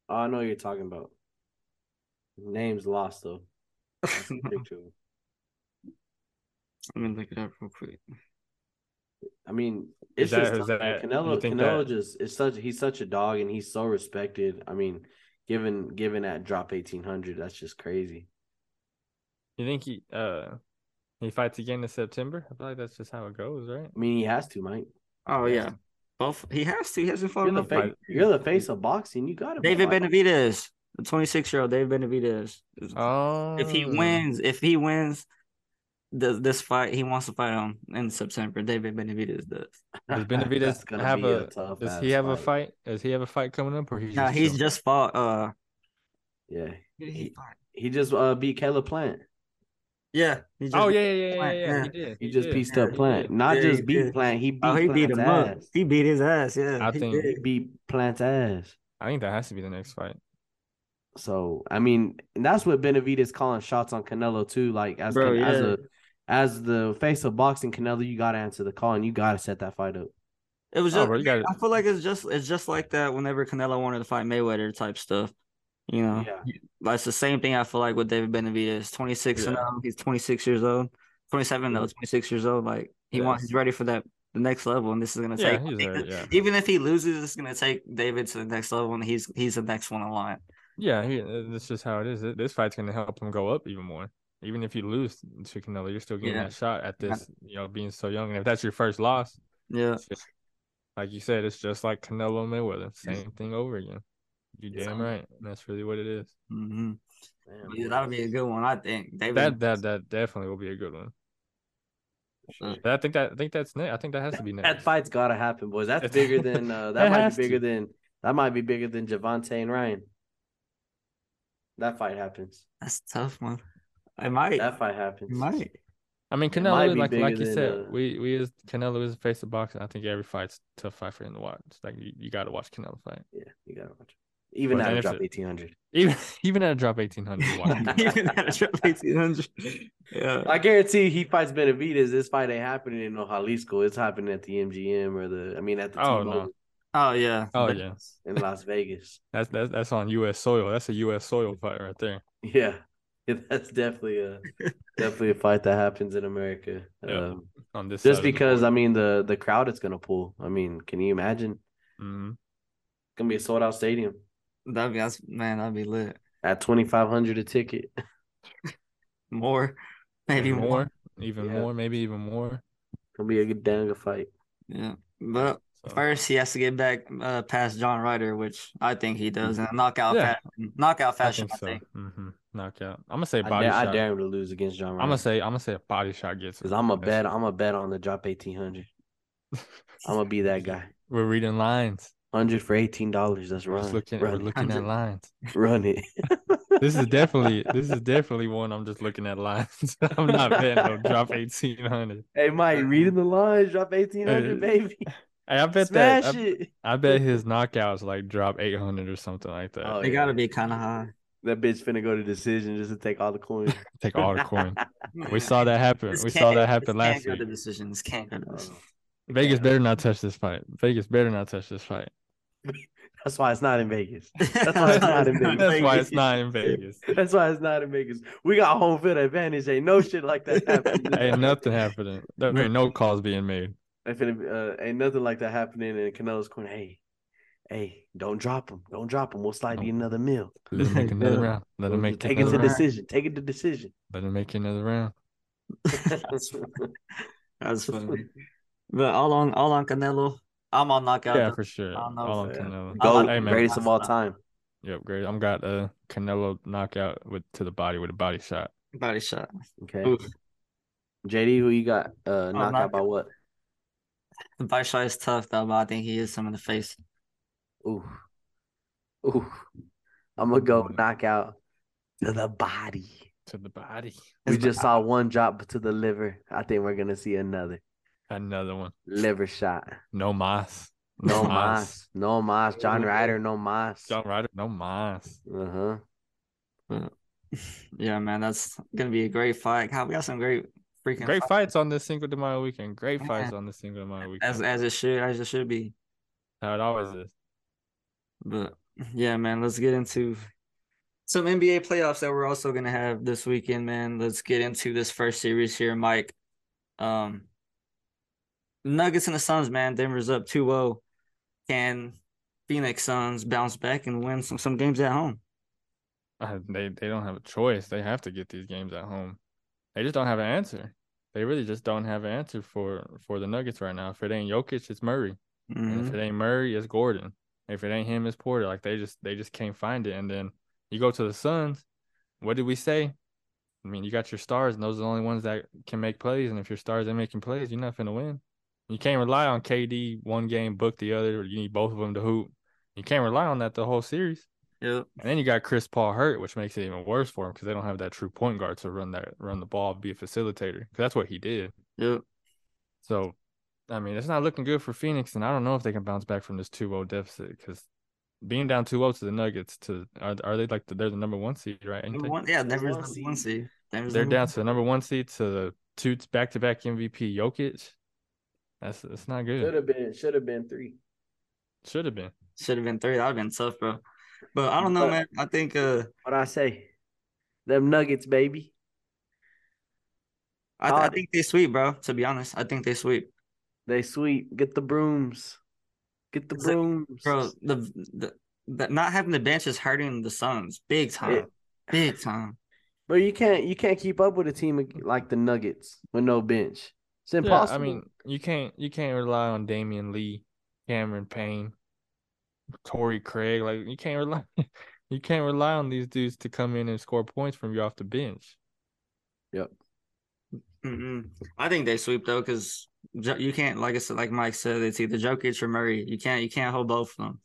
Oh, I know what you're talking about. Name's lost though. I see a picture of him.
Let me look it up real quick.
I mean, it's
Is that-
just
is
tough, man.
that- you
Canelo.
think
Canelo
that-
just is such. He's such a dog, and he's so respected. I mean, given given that drop eighteen hundred, that's just crazy.
You think he uh he fights again in September? I feel like that's just how it goes, right?
I mean, he has to, Mike.
Oh
Yes.
yeah. Both he has to, he hasn't fought
You're the
enough.
face. You're the face of boxing. You got to
David Benavidez, the twenty six year old David Benavidez. is-
Oh,
if he wins, if he wins the, this fight, he wants to fight him in September. David Benavidez does.
does Benavidez have a, does he have a fight? Does he have a fight coming up, or he's
No,
just
he's
chilling?
just fought. Uh,
Yeah,
who did
He-
fight?
he just uh, beat Caleb Plant.
yeah, he just,
oh yeah yeah yeah yeah,
Plant,
yeah,
yeah.
he did
He, just
did.
pieced
yeah,
up
he
Plant.
did.
Not
Yeah,
just
he
beat
did.
Plant. He beat
Oh, he beat
Plant's
him up.
ass.
He beat his ass. Yeah,
I
he
think-
He
did.
beat Plant's ass.
I think that has to be the next fight.
So I mean, and that's what Benavidez calling shots on Canelo too. Like as
Bro,
Can- as
yeah.
a as the face of boxing, Canelo, you gotta answer the call and you gotta set that fight up.
It was
Oh,
just.
bro, you got
I feel like it's just. It's just like that. Whenever Canelo wanted to fight Mayweather type stuff, you know,
Yeah.
that's the same thing. I feel like with David Benavidez, twenty six and
Yeah.
um, he's twenty six years old, twenty seven though,
Mhm.
twenty six years old. Like he
Yeah.
wants. He's ready for that the next level, and this is gonna
Yeah,
take.
he's there, yeah.
Even if he loses, it's gonna take David to the next level, and he's he's the next one in line.
Yeah, he, uh, that's just how it is. Th- This fight's gonna help him go up even more. Even if you lose to Canelo, you're still getting
Yeah.
that shot at
Yeah.
this, you know, being so young. And if that's your first loss,
Yeah.
it's just- like you said, it's just like Canelo and Mayweather, same thing over again. You
Yeah.
damn right. And that's really what it is.
Mm-hmm.
Damn,
Yeah,
boy.
that'll be a good one, I think. David,
That that that definitely will be a good one.
Sure.
But I think that I think that's next. I think that has to be next.
That fight's gotta happen, boys. That's
It's-
bigger than uh,
It
that might
has
be bigger
to.
than that might be bigger than Javante and Ryan. That fight happens.
that's tough, man. It might. It
That fight happens.
might.
I mean,
might
Canelo,
be
like like
bigger
you
than,
said,
uh,
we we is Canelo is the face of boxing. I think every fight's a tough fight for him to watch. Like you, you got to watch Canelo fight.
Yeah, you gotta watch. it. Even
But
at
then
a
if
drop
it-
eighteen hundred.
Even even at a drop eighteen hundred, watch Canelo.
Even at a trip 1800. Yeah.
I guarantee he fights Benavides. This fight ain't happening in no Jalisco. It's happening at the MGM or the I mean at the
Oh,
T-Mobile
no.
Oh yeah.
Oh
But-
yeah,
in Las Vegas.
that's that's that's on U.S. soil. That's a U.S. soil fight right there.
Yeah. Yeah, that's definitely a definitely a fight that happens in America.
Yeah.
Um,
On this,
just because I mean the the crowd it's gonna pull. I mean, can you imagine? It's
hmm
gonna be a sold out stadium
That'd be that's man, that'd be lit.
at twenty five hundred a ticket.
More. Maybe more.
more, even
Yeah.
more, maybe even more.
Gonna be a good damn good fight.
Yeah. But
So,
first he has to get back uh, past John Ryder, which I think he does in a knockout
Mm-hmm. Yeah.
fashion. Knockout
I
fashion,
think
I
so.
think.
hmm Knockout. I'm gonna say
I
body
dare, I
shot.
dare him to lose against John
I'm
Ryan.
gonna say I'm gonna say a body shot gets.
Cause
him.
I'm a
That's-
bet. I'm a bet on the drop eighteen hundred. I'm gonna be that guy.
We're reading lines.
Hundred for eighteen dollars. That's
We're
run.
just looking. We're
run,
looking at
Hundred.
lines.
run it.
This is definitely. this is definitely one. I'm just looking at lines. I'm not betting. on drop eighteen hundred.
Hey Mike, reading the lines. Drop eighteen hundred, baby.
Hey, I bet
Smash
that. I,
it.
I bet his knockouts like drop eight hundred or something like that.
Oh,
They
yeah.
gotta be kinda high.
That bitch finna go to decision just to take all the coins.
Take all the coin. We saw that happen.
This
We saw
can't-
that happen
this can't
last Oh.
go
week.
to decision. This can't go to
Uh,
decision.
Vegas
Yeah.
better not touch this fight. Vegas better not touch this fight.
That's why it's not in Vegas.
That's
why it's not in Vegas.
That's why it's not in Vegas.
That's why it's not in Vegas. We got home field advantage. Ain't no shit like that happening.
Ain't nothing happening. There ain't no calls being made.
Ain't finna be- uh, ain't nothing like that happening in Canelo's corner. Hey, hey, don't drop him. Don't drop him. We'll slide
Nope.
you another meal.
Let him make another
Yeah.
round. Let him
We'll
make
just take it
another
to
round.
decision. Take it to decision.
Let him make another round.
That's funny. That's funny. But all on all on Canelo, I'm on knockout.
Yeah,
though.
for sure.
I don't know
All on
if, uh,
Canelo.
I
Go
like-
Hey, man.
greatest of all time.
Yep, great. I'm got a Canelo knockout with to the body with a body shot.
Body shot.
Okay.
Oof.
JD, who you got? Uh, knockout by what?
The body shot is tough though, but I think he hits him in the face.
Ooh, ooh. I'm gonna go
Mm.
knockout to the body.
To the body.
We
It's-
just saw one drop to the liver. I think we're gonna see another
Another one.
liver shot.
No mas.
No mas, no mas. John Ryder, no mas. Uh-huh. Uh
John Ryder. No mas.
huh.
Yeah, man, that's gonna be a great fight. God, we got some great freaking
Great
fights.
fights on this Cinco de Mayo weekend. Great
Yeah.
fights on this Cinco de Mayo weekend.
as as it should as it should be.
How it always is.
But yeah, man, let's get into some NBA playoffs that we're also gonna have this weekend, man. Let's get into this first series here, Mike. Um Nuggets and the Suns, man. Denver's up 2-0. Can Phoenix Suns bounce back and win some, some games at home?
Uh, They they don't have a choice. They have to get these games at home. They just don't have an answer. They really just don't have an answer for for the Nuggets right now. If it ain't Jokic, it's Murray. And
Mhm.
if it ain't Murray, it's Gordon. If it ain't him, it's Porter. Like they just they just can't find it. And then you go to the Suns. What did we say? I mean, you got your stars, and those are the only ones that can make plays. And if your stars ain't making plays, you're not finna win. You can't rely on KD one game, book the other. You need both of them to hoop. You can't rely on that the whole series.
Yep.
And then you got Chris Paul hurt, which makes it even worse for him because they don't have that true point guard to run that run the ball, be a facilitator. 'Cause that's what he did.
Yep.
So, I mean, it's not looking good for Phoenix, and I don't know if they can bounce back from this 2-0 deficit because being down 2-0 to the Nuggets, to are, are they like the, they're the number one seed, right? Ain't
Number
they?
one, yeah,
Number
Denver's
one
number one
seed.
seed. Denver's
They're
number
down
one.
to the number one seed to the two back to back MVP Jokic. That's it's not
Should
good.
have been. Should have been three.
Should have been.
Should have been three. That would have been tough, bro. But I don't know,
But-
man. I think uh
What I say? Them Nuggets, baby.
I, th- I
Hard.
think they sweep, bro. To be honest, I think they sweep.
They sweep. Get the brooms. Get the
Is it-
brooms.
Bro, the the, the not having the bench is hurting the Suns big time, big time.
But you can't you can't keep up with a team like the Nuggets with no bench. It's
Yeah,
impossible.
I mean, you can't you can't rely on Damian Lee, Cameron Payne, Torrey Craig. Like you can't rely you can't rely on these dudes to come in and score points from you off the bench.
Mm-mm. I think they sweep though, because you can't, like I said, like Mike said, it's either Jokic or Murray. You can't, you can't hold both of them.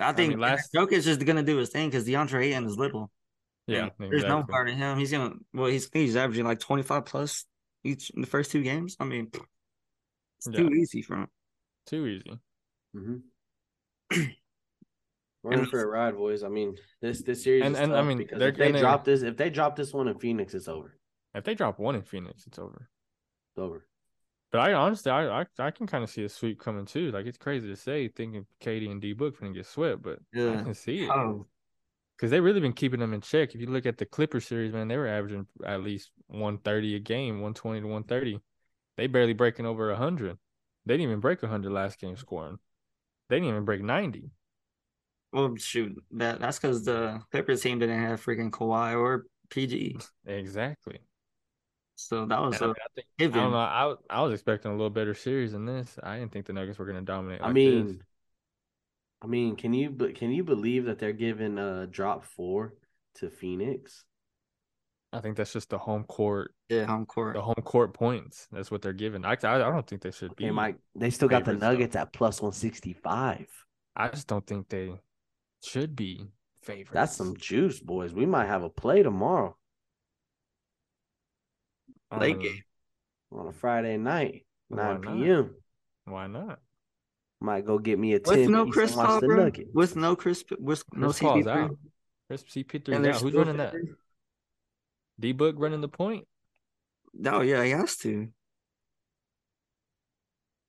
I think
mean, last-
Jokic is gonna do his thing because DeAndre Ayton is little.
Yeah,
And there's no
exactly.
guard in him. He's gonna, well, he's he's averaging like 25 plus each in the first two games. I mean, it's
Yeah.
too easy for him.
too easy.
Mhm. We're in
And-
for a ride, boys. I mean, this this series
And-
is
and, I
tough
mean,
because
they're
if they
gonna-
drop this, if they drop this one in Phoenix, it's over.
If they drop one in Phoenix, it's over.
It's over.
But I honestly, I I, I can kind of see a sweep coming too. Like it's crazy to say, thinking Katie and D Book gonna get swept, but I
Yeah.
can see it
Oh,
because they really been keeping them in check. If you look at the Clipper series, man, they were averaging at least one thirty a game, one twenty to one thirty. They barely breaking over hundred. They didn't even break hundred last game scoring. They didn't even break ninety.
well, shoot, that that's because the Clippers team didn't have freaking Kawhi or PG.
Exactly.
So that was
And I,
a
mean, I think I
given.
don't know. I was- I was expecting a little better series than this. I didn't think the Nuggets were gonna dominate.
I
like
mean,
this.
I mean, can you be- can you believe that they're giving a drop four to Phoenix?
I think that's just the home court
Yeah, home court.
the home court points. That's what they're given. I I, I don't think they should
Okay,
be.
Mike. They still got the
favorites, though.
Nuggets at plus one sixty five.
I just don't think they should be favorites.
That's some juice, boys. We might have a play tomorrow
Uh,
Late game.
on a Friday night,
Why
nine
not?
p.m.
Why not?
Might go get me a
With
ten.
no
piece
Chris
and watch
Paul,
the
bro.
Nuggets.
With no Chris, with no
Chris Paul's
CP3.
out. Chris CP3
And
is
they're
out. Who's
still
running that?
favored?
D Book running the point.
Oh yeah, he has to.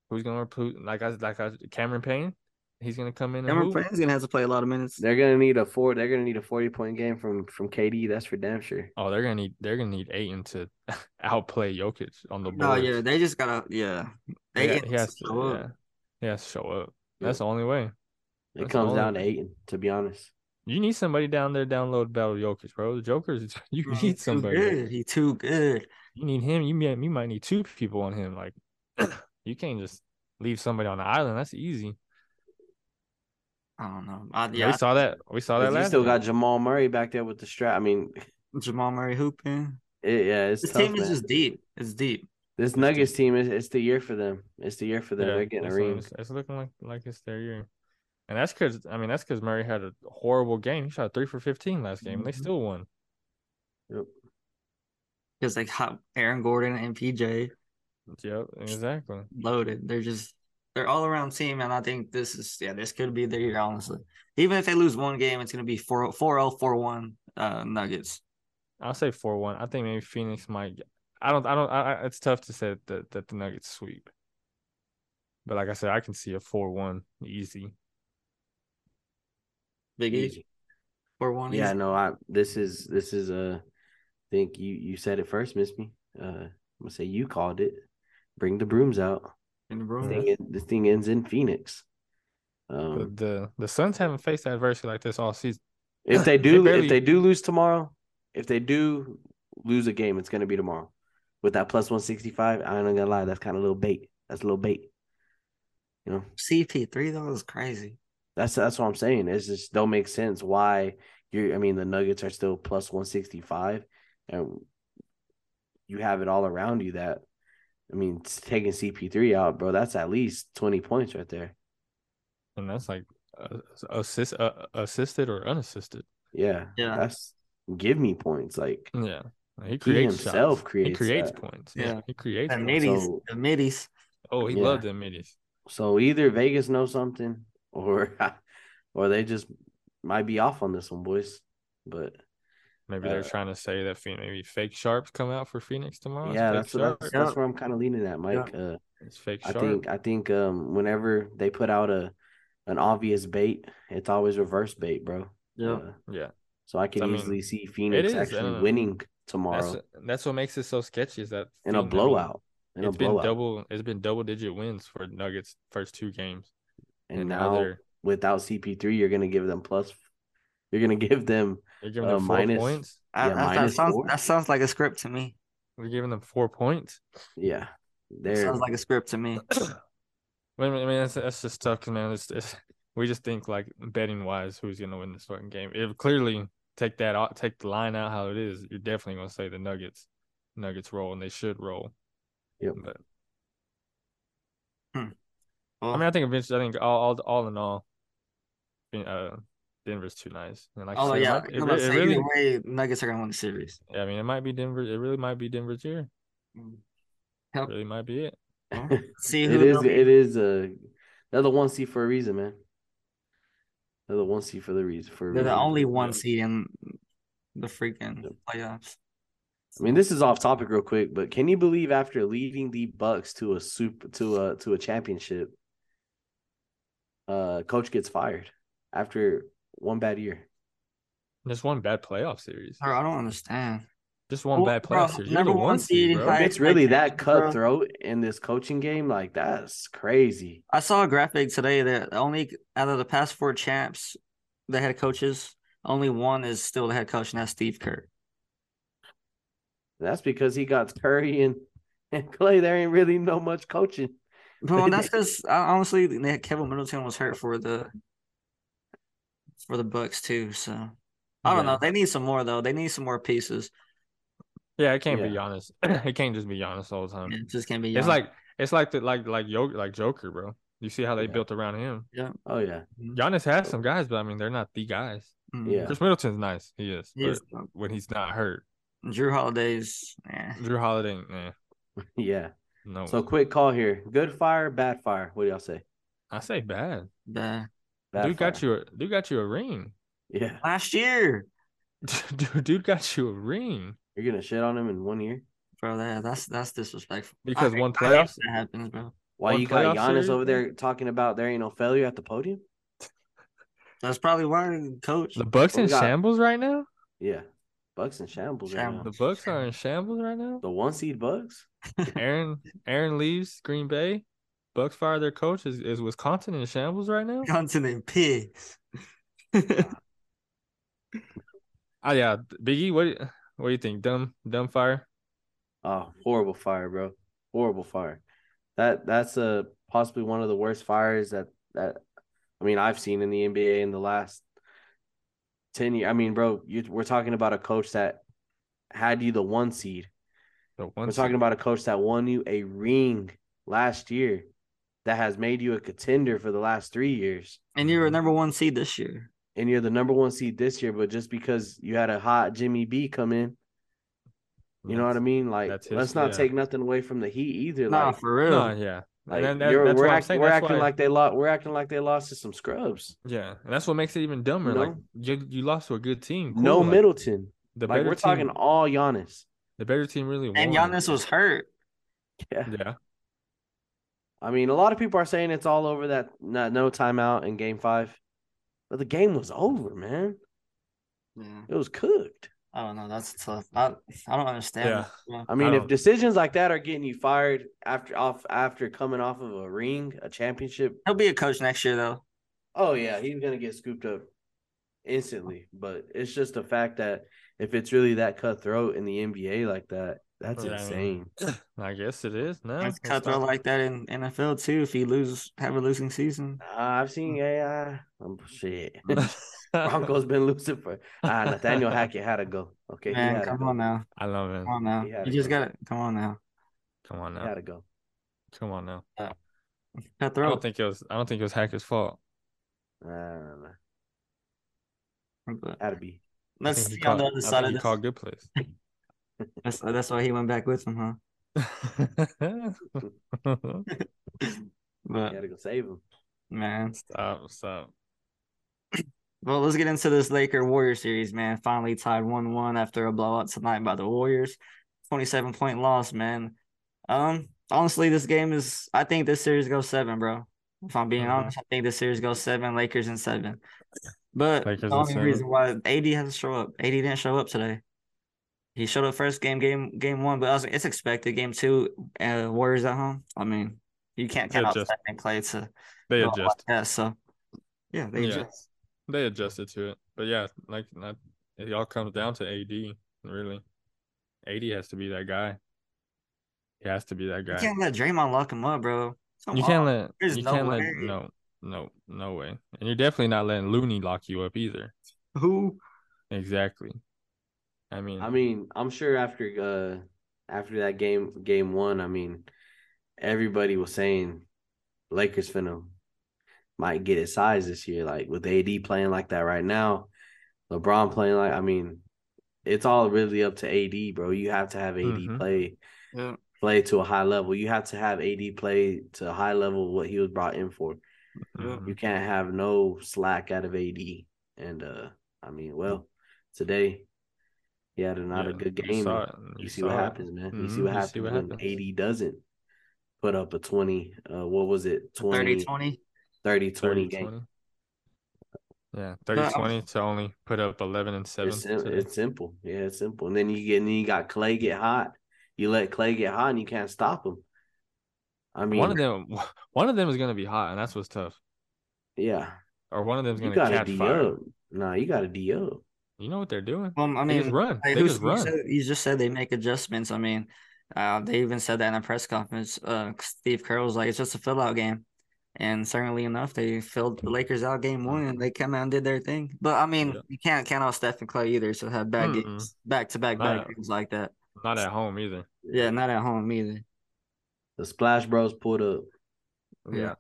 Who's gonna recruit? Like I like I Cameron Payne. He's gonna come in. And
Cameron
hoop.
Payne's gonna have to play a lot of minutes.
They're gonna need a four. They're gonna need a forty point game from from KD. That's for damn sure.
Oh, they're gonna need they're gonna need Aiton to outplay Jokic on the board.
No, yeah, they just gotta. Yeah,
he,
they
ha- he has to.
show up.
yeah. He has to show up.
Yeah.
That's the only way.
It
That's
comes
all.
down to Aiton, to be honest.
You need somebody down there download Battle Jokic, bro. The Joker's you
Bro, he
need
too
somebody.
Good. He too good.
You need him. You might you might need two people on him. Like you can't just leave somebody on the island. That's easy.
I don't know. I,
Yeah,
yeah,
we saw that. We saw that
'Cause You
last.
still got
night.
Jamal Murray back there with the strap. I mean,
I- Jamal Murray hooping.
it, yeah, it's
This
tough,
team is
man.
just deep. It's deep.
This Nuggets team is it's the year for them. It's the year for them.
Yeah,
They're getting a
that's what
ring.
It's, it's looking like like it's their year, and that's because I mean that's because Murray had a horrible game. He shot three for fifteen last game, and they
Mm-hmm.
Mhm.
still won.
Because like how Aaron Gordon and PJ
Yep, exactly.
loaded. They're just they're all around team, and I think this is yeah, this could be their year. Honestly, even if they lose one game, it's gonna be 4 4-0, 4-1 uh, Nuggets.
I'll say four one. I think maybe Phoenix might. I don't. I don't. I, I, it's tough to say that that the Nuggets sweep. But like I said, I can see a four one easy.
Big E
Easy.
four one.
Yeah, no, I this is this is uh, I think you you said it first, Miss Me. Uh, I'm gonna say you called it. Bring the brooms out.
in the
This
room.
thing, this thing ends in Phoenix.
The,
Um,
the the Suns haven't faced adversity like this all season.
if they
they
do,
barely-
if they do lose tomorrow, if they do lose a game, it's gonna be tomorrow. With that plus one sixty five, I ain't gonna lie, that's kind of a little bait. That's a little bait. You know,
CP three though is crazy.
That's that's what I'm saying. It's just don't make sense why you're. I mean, the Nuggets are still plus one sixty five, and you have it all around you. That I mean, s- taking CP three out, bro. That's at least twenty points right there.
And that's like uh, assist uh, assisted or unassisted.
Yeah,
Yeah.
That's give me points. Like
Yeah, he creates shots.
himself creates
he creates
that.
points. Yeah,
Yeah.
he creates.
The
them.
middies,
so-
the middies.
Oh, he
Yeah.
loved them middies.
so, either Vegas knows something, or or they just might be off on this one, boys. But
Maybe they're
Uh,
trying to say that Phoenix, maybe fake sharps come out for Phoenix tomorrow. It's
yeah,
fake
that's that's,
sharp.
that's where I'm kind of leaning at, Mike. Uh,
It's fake
I
sharp.
think I think um whenever they put out a an obvious bait, it's always reverse bait, bro.
Yeah.
Uh,
yeah,
so I can
I mean,
easily see Phoenix
is,
actually
uh,
winning
that's
tomorrow
that's what makes it so sketchy. Is that
in a
Phoenix- I mean,
blowout. In a
It's been
blowout.
double. It's been double digit wins for Nuggets first two games,
and, now
they're
without CP3, you're gonna give them plus you're gonna give them
they're giving
uh,
them four
minus-
points.
I,
Yeah,
I- that,
minus
sounds,
four.
that sounds like a script to me.
We're giving them four points.
yeah.
That
They're
sounds like a script to me.
Wait a minute, man. That's, that's just tough, 'cause, man. It's, it's, we just think like betting wise, who's gonna win this fucking game? If clearly take that out, take the line out how it is, you're definitely gonna say the Nuggets. Nuggets roll, and they should roll.
Yep.
But
Well,
I mean, I think eventually, I think all, all, all in all, uh, Denver's too nice. And like, I
although
said, it
Oh, yeah,
might- it
I'm
re-
about to
it
say,
really,
either way, Nuggets are gonna win the series.
Yeah, I mean, it might be Denver. It really might be Denver's year.
Yep.
Really might be it.
See who
it is
they'll be-
it is uh they're the one C for a reason, man. They're the one C for the reason for a
They're the
reason.
only one
Yeah.
seed in the freaking playoffs.
I mean, this is off topic real quick, but can you believe after leading the Bucks to a super to a to a championship, uh, coach gets fired after one bad year?
Just one bad playoff series.
Bro, I don't understand.
Just one
Well,
bad
bro,
playoff series. You're the
number
one,
one
seed,
seed in
bro.
five-
It's really that
expectations, bro.
cutthroat in this coaching game, like that's crazy.
I saw a graphic today that only out of the past four champs, the head coaches, only one is still the head coach, and that's Steve Kerr.
That's because he got Curry and and Clay. There ain't really no much coaching.
Well, that's because honestly, they had Kevin Middleton was hurt for the for the Bucks too. So I don't
Yeah.
know. They need some more though. They need some more pieces.
Yeah, it can't be
Yeah.
honest. it can't just be honest all the time.
It just can't be.
Um, It's
Giannis.
like it's like the like like Joker like Joker, bro. You see how they
Yeah.
built around him.
Oh yeah,
Giannis has some guys, but I mean they're not the guys.
Mm.
yeah.
Chris Middleton's nice, he is.
He is-
But when he's not hurt,
Drew Holiday's. eh.
Drew Holiday, nah,
yeah.
no.
So quick call here: good fire, bad fire. What do y'all say?
I say bad.
The-
Bad
dude got
fire.
you. A, dude got you a ring.
Yeah,
last year,
dude, dude got you a ring
you're gonna shit on him in one year.
bro. That, that's that's disrespectful. I
because
hate-
one
I hate when
playoffs.
that happens, bro.
Why
One
you got
playoff
Giannis
series,
over
man.
there talking about there ain't no failure at the podium?
That's probably why, coach.
The Bucks
What we
in
got?
shambles right now.
Yeah, Bucks and shambles. Right
Shambles.
now.
The Bucks are in shambles right now.
The one seed Bucks.
Aaron Aaron leaves Green Bay. Bucks fired their coach. Is, is Wisconsin in shambles right now?
Johnson and pigs.
Ah, yeah. Biggie, what what do you think? Dumb, dumb fire.
Oh, horrible fire, bro. Horrible fire. That that's uh possibly one of the worst fires that that I mean I've seen in the NBA in the last ten years. I mean, bro, you we're talking about a coach that had you the one seed.
The one
we're talking about a coach that won you a ring last year, that has made you a contender for the last three years,
and you're a number one seed this year.
and you're the number one seed this year. But just because you had a hot Jimmy B come in, you know what I mean? Like,
that's his-
let's not
yeah.
take nothing away from the Heat either.
nah,
like,
for real.
No, yeah.
Like
and that-
you're,
that's
we're,
what I'm
act,
saying.
we're
That's
acting
why-
like they lost. We're acting like they lost to some scrubs.
Yeah, and that's what makes it even dumber.
You
Like
know?
you, you lost to a good team.
no
cool, like,
Middleton.
The
Like
better
we're talking
team,
all Giannis.
the better team really won.
And Giannis was hurt.
Yeah.
Yeah,
I mean, a lot of people are saying it's all over that no, no timeout in Game Five, but the game was over, man.
Yeah.
It was cooked.
I don't know. Oh, That's tough. I, I don't understand.
Yeah.
that.
I mean, if
don't-
decisions like that are getting you fired after off after coming off of a ring, a championship,
He'll be a coach next year though.
oh yeah, he's gonna get scooped up instantly. But it's just the fact that if it's really that cutthroat in the NBA like that, that's
Yeah, I mean,
insane.
I guess it is. No,
It's
it's
cutthroat
not-
like that in NFL too. If he lose, have a losing season.
Uh, I've seen AI. Um, shit. Broncos been losing for. Ah, Nathaniel Hackett had to go. Okay, he
Man,
had to
come
go.
on now.
I love it.
Come on now.
He had
You
it,
just
bro.
got to come on now.
Come on
He
now.
had to go.
Come on now. I don't
Cutthroat.
think it was. I don't think it was Hacker's fault.
Uh,
But
had to be.
I
Let's
think he
see on the
called-
other
I
side
think
of
he
this.
called good plays.
That's, that's why he went back with him, huh?
He
But
had to go save him.
man,
stop, stop.
well, let's get into this Laker Warrior series, man. Finally tied one-one after a blowout tonight by the Warriors, twenty-seven point loss, man. Um, honestly, this game is. I think this series goes seven, bro. If I'm being
Mhm.
honest, I think this series goes seven. Lakers in seven. But
Lakers in
the only
seven.
reason why AD has to show up, AD didn't show up today. He showed up first game, game game one, but I was, it's expected. Game two, uh, Warriors at home. I mean, you can't count
They
out
adjust.
Steph and Clay to
They
go like
adjust.
that, so yeah, they
Yeah.
adjust.
They adjusted to it, but yeah, like not, it all comes down to AD. Really, AD has to be that guy. He has to be that
You
guy.
can't let Draymond lock him up, bro. Come
You can't
on.
let.
There's
you
no
can't
way.
let. No, no, no way. And you're definitely not letting Looney lock you up either.
who
Exactly. I mean.
I mean, I'm sure after uh after that game game one, I mean, everybody was saying Lakers finna might get his size this year. Like with AD playing like that right now, LeBron playing like I mean, it's all really up to AD, bro. You have to have AD
Mhm.
play
Yeah.
play to a high level. You have to have AD play to a high level what he was brought in for.
mhm.
You can't have no slack out of AD. And uh I mean, well, today he had not
Yeah,
a good
you
game.
saw
You,
it,
see
saw
what
it.
happens, man. You see
Mhm,
what
you see
happens
what
when
happens.
AD doesn't put up a 20 uh what was it? 20
30 20?
30 20
30
game.
20. Yeah,
I'm-
30 20 to only put up 11 and 7.
It's sim-
today.
it's simple. Yeah, it's simple. And then you get and then you got Clay get hot. You let Clay get hot and you can't stop him. I mean,
one of them one of them is going to be hot and that's what's tough.
yeah.
Or one of them's
You
going to
got to
catch
D
fire.
up. Nah, you got to D up.
You know what they're doing?
Well, I
They just
mean,
run.
like,
they
who's-
just
you,
run.
said- you just said they make adjustments. I mean, uh, they even said that in a press conference. Uh, Steve Kerr was like, "It's just a fill out game," and certainly enough, they filled the Lakers out game one, and they came out and did their thing. But I mean,
Yeah.
you can't count out Steph and Clay either to have bad
Mm-mm.
games, back to back
Not
bad
at-
games like that.
Not at home either.
Yeah, not at home either.
The Splash Bros pulled up.
Yeah.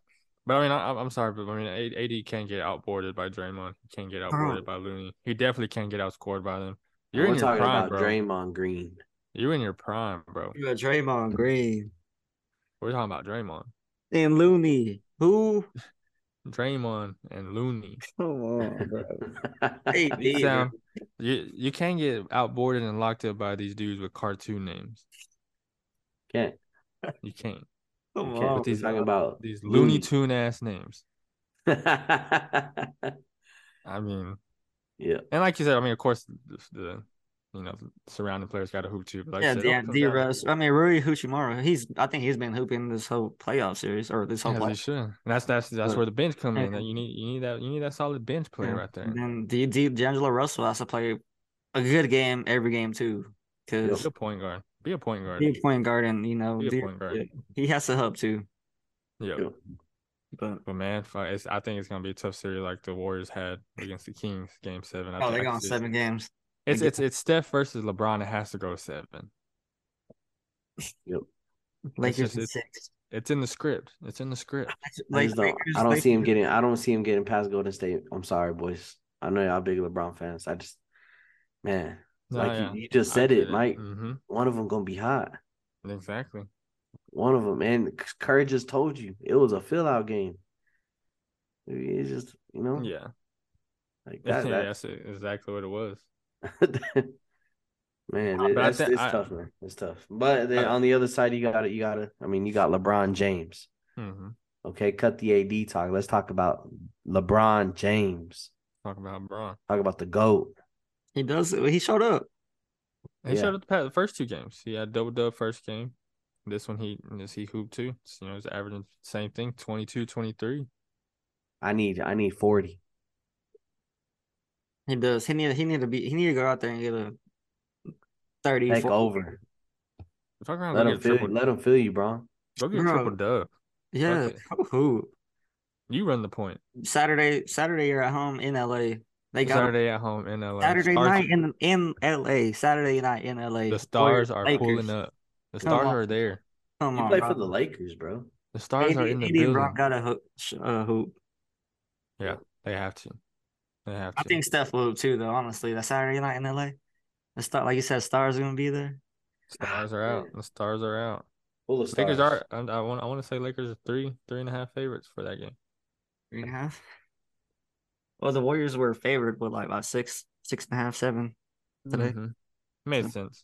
But I mean, I, I'm- I'm sorry, but I mean, A- AD can't get outboarded by Draymond. He can't get outboarded by Looney. He definitely can't get outscored by them. You're
We're
in your
talking
prime,
about
bro.
Draymond Green.
You're in your prime, bro.
You got Draymond Green
We're talking about Draymond.
and Looney. Who?
Draymond and Looney.
Come on, bro.
hey,
AD,
You
bro.
sound you you can't get outboarded and locked up by these dudes with cartoon names.
can't.
You can't.
Come
can't.
on.
With
We're
these
talking about
these Looney
Looney.
Tune ass names.
yeah.
I mean, and like you said, I mean, of course, the, the you know, the surrounding players got to hoop too. But like
yeah,
I said, "Oh,
yeah, D.
Russ.
Russ. I mean, Rui Huchimaru. He's. I think he's been hooping this whole playoff series or this whole
Yeah, they
playoff.
should. And that's that's that's
But-
where the bench come in.
Yeah.
You need you need that you need that solid bench player
Yeah.
right there.
And then D. D. D'Angelo Russell has to play a good game every game too, because
Be a point guard. Be a point guard.
he's point guard and you know
Be a
D-
point guard.
yeah, he has to help too.
Yeah.
Yeah.
But
But man, fuck, it's, I think it's gonna be a tough series like the Warriors had against the Kings, Game Seven. I
oh,
think
they
I
got
could see-
seven games.
It's it's it's Steph versus LeBron. It has to go seven.
Lakers
just-
in
it's-
six.
It's in the script. It's in the script.
I,
Lakers,
just don't, I don't see him getting. I don't see him getting past Golden State. I'm sorry, boys. I know y'all big LeBron fans. I just, man, like you- you, just said it, Mike.
Mm-hmm.
One of them gonna be hot.
Exactly.
One of them, and Curry just told you it was a fill out game. It's just you know,
Yeah.
like
yeah
that. that-
that's exactly what it was.
man,
But I
it, that's,
think-
it's
I-
tough, man. It's tough. But then
I-
on the other side, you got it. You got to I mean, you got LeBron James.
Mm-hmm.
Okay, cut the AD talk. Let's talk about LeBron James.
Talking about LeBron.
Talk about the goat.
He does. He showed up.
He
Yeah.
showed up the, pa- the first two games. He had double dub first game. This one he this he hooped too. So, you know, he's averaging same thing, 22, 23.
I need. I need forty.
He does. He need. He need to be. He need to go out there and get a thirty.
Take
40.
over.
If I around,
Let
go
him
get a
feel.
triple,
Let him feel you, bro.
go get a
Bro.
triple dub.
Yeah.
it.
Who?
You run the point.
Saturday. Saturday, you're at home in LA. They got
Saturday at home in LA.
Saturday
Stars-
night in in LA. Saturday night in LA.
the stars
Warriors,
are
Lakers.
pulling up. The
Come
stars
on.
are there.
Come
You
on,
play
bro.
for the Lakers, bro.
The stars
AD,
are in the
AD and
building.
Brock got a hook, sh- uh, hoop.
They have to. They have to.
I think Steph will hoop too, though. Honestly, that Saturday night in LA. The star, like you said, stars are gonna be there.
stars are out.
Man.
The stars are out.
Full of
Lakers
stars.
are. I, I want. I want to say Lakers are three, three and a half favorites for that game.
Three and a half. Well, the Warriors were favored with like about six, six and a half, seven today.
Mhm. Made sense.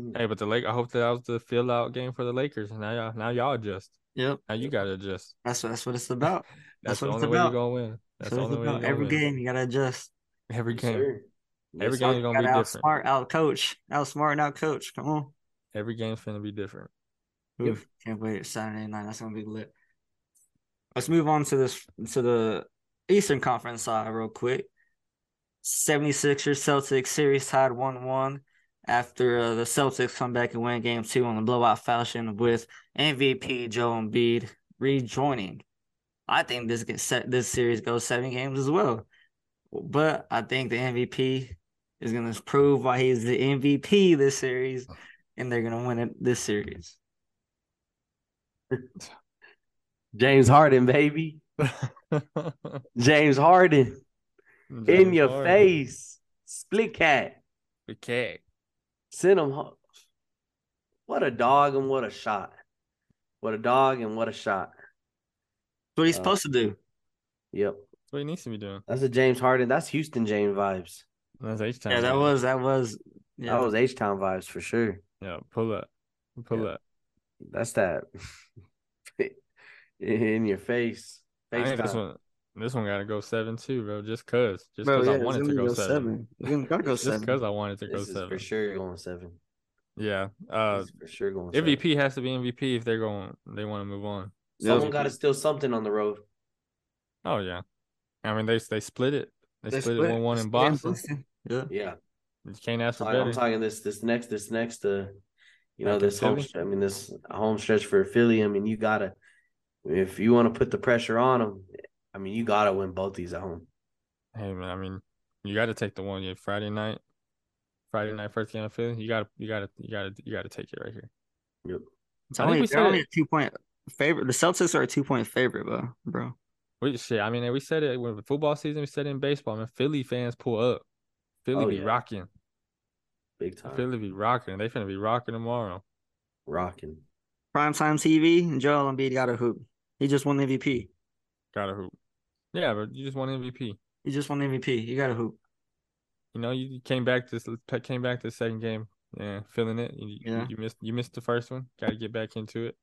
Mm.
Hey, but the Lake. I hope that, that was the fill out game for the Lakers. Now y'all, now y'all adjust.
Yep,
Now you gotta adjust.
that's what that's what it's about. That's
That's, the
what it's
only way you're
about.
gonna win.
That's
That's the
what it's
only way. You're
about.
gonna
Every
win.
game you gotta adjust.
Every
Yes,
game.
sir.
Every
Yes,
game
sir.
is gonna
Gotta
be different.
outsmart, out coach, outsmart, and out coach. Come on.
Every game's gonna be different.
Yep.
Oof, can't wait Saturday night. That's gonna be lit. Let's move on to this to the Eastern Conference side real quick. 76ers Celtics series tied 1-1 after uh, the Celtics come back and win game 2 on the blowout fashion with MVP Joel Embiid rejoining. I think this gets set this series goes 7 games as well. But I think the MVP is going to prove why he's the MVP this series and they're going to win it this series.
James Harden, baby. James Harden in your face. Split cat.
Okay.
Send him home. What a dog and what a shot. What a dog and what a shot.
That's what he's
Uh,
supposed to do.
Yep.
That's what he needs to be doing.
That's a James Harden. That's Houston James vibes.
That's H time.
Yeah, that was that was yeah.
That was H Town vibes for sure.
Yeah, pull up, pull
Yeah.
up.
That's that in your face.
I think this
FaceTime.
one, this one got to go seven too, bro. Just cause, just
Bro,
cause I
yeah,
wanted
it's
to
gonna
go,
go
seven.
seven. It's gonna gotta go
just
seven.
cause I wanted to go
This is
oh seven.
for sure going seven.
Yeah.
This
Uh,
is for sure going seven.
MVP has to be MVP if they're going. They want to move on.
Someone
Yeah.
got to steal something on the road.
Oh yeah. I mean they they split it. They,
They
split, it
split-
one one in
split
Boston.
Yeah.
Yeah.
You can't ask for
Sorry, I'm
better.
talking this this next this next uh you know
Back
this
in
home
Philly?
stretch, I mean this home stretch for Philly. I mean you gotta if you want to put the pressure on them. I mean you gotta win both these at home.
Hey man, I mean you got to take the one. Yeah, Friday night. Friday night first game of Philly. You got to you got to you got to you got to take it right here.
Yep.
It's
I think
only,
we
they're
said
only
it.
a two point favorite. The Celtics are a two point favorite, bro. Bro,
We shit. I mean we said it when football season. We said it in baseball. I mean Philly fans pull up. Philly
Oh,
be
yeah.
rocking.
Big time.
Philly be rocking. They finna be rocking tomorrow.
Rocking.
primetime TV. and Joel Embiid got a hoop. He just won MVP.
Got to hoop. Yeah, but you just won MVP.
He just won MVP. You got a hoop.
You know, you came back this came back this second game, yeah, feeling it. You, you-
Yeah.
you missed you missed the first one. Got to get back into it.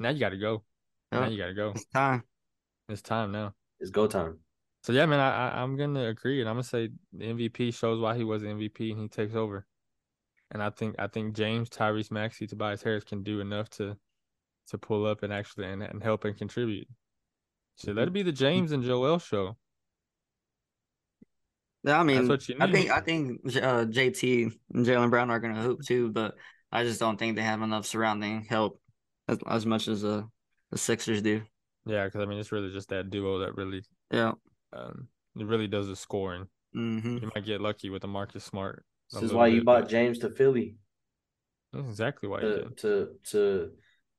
Now you got to go. Now
Yeah.
you got to go.
It's time.
It's time now.
It's go time.
So yeah, man, I, I I'm gonna agree, and I'm gonna say the MVP shows why he was the MVP, and he takes over. And I think I think James, Tyrese Maxey, Tobias Harris can do enough to to pull up and actually and, and help and contribute. So let it be the James and Joel show.
Yeah, I mean,
what you
I think
need.
I think uh, JT and Jalen Brown are gonna hoop too, but I just don't think they have enough surrounding help as as much as uh, the Sixers do.
Yeah, because I mean it's really just that duo that really
Yeah.
um it really does the scoring.
hmm
You might get lucky with a Marcus Smart. a
This is
little
why you
bit,
bought
but
James to Philly
That's exactly why you
to
did.
to to,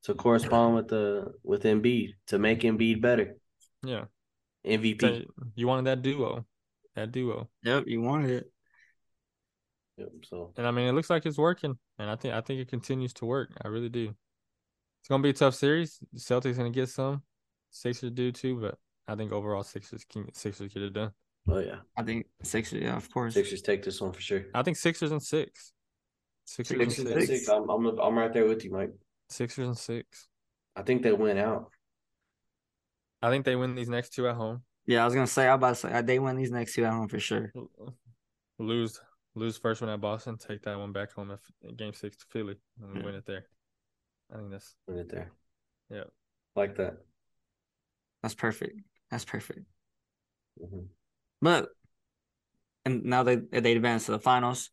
to correspond with the with Embiid to make Embiid better.
Yeah.
MVP.
So you wanted that duo. That duo.
Yep, you wanted it.
Yep, so
And I mean, it looks like it's working, and I think I think it continues to work. I really do. It's gonna be a tough series. Celtics gonna get some, Sixers do too, but I think overall Sixers can Sixers get it done.
oh yeah,
I think Sixers. Yeah, of course.
Sixers take this one for sure.
I think Sixers and six, Sixers and
Sixers
six,
and six. I'm, I'm I'm right there with you, Mike.
Sixers and six.
I think they went out.
I think they win these next two at home.
Yeah, I was gonna say. I was about to say they win these next two at home for sure.
Lose lose first one at Boston, take that one back home at Game Six to Philly, and
Yeah.
win it there. I think that's
Went it there.
Yeah.
like that.
That's perfect. That's perfect.
Mhm.
But and now they they advance to the finals.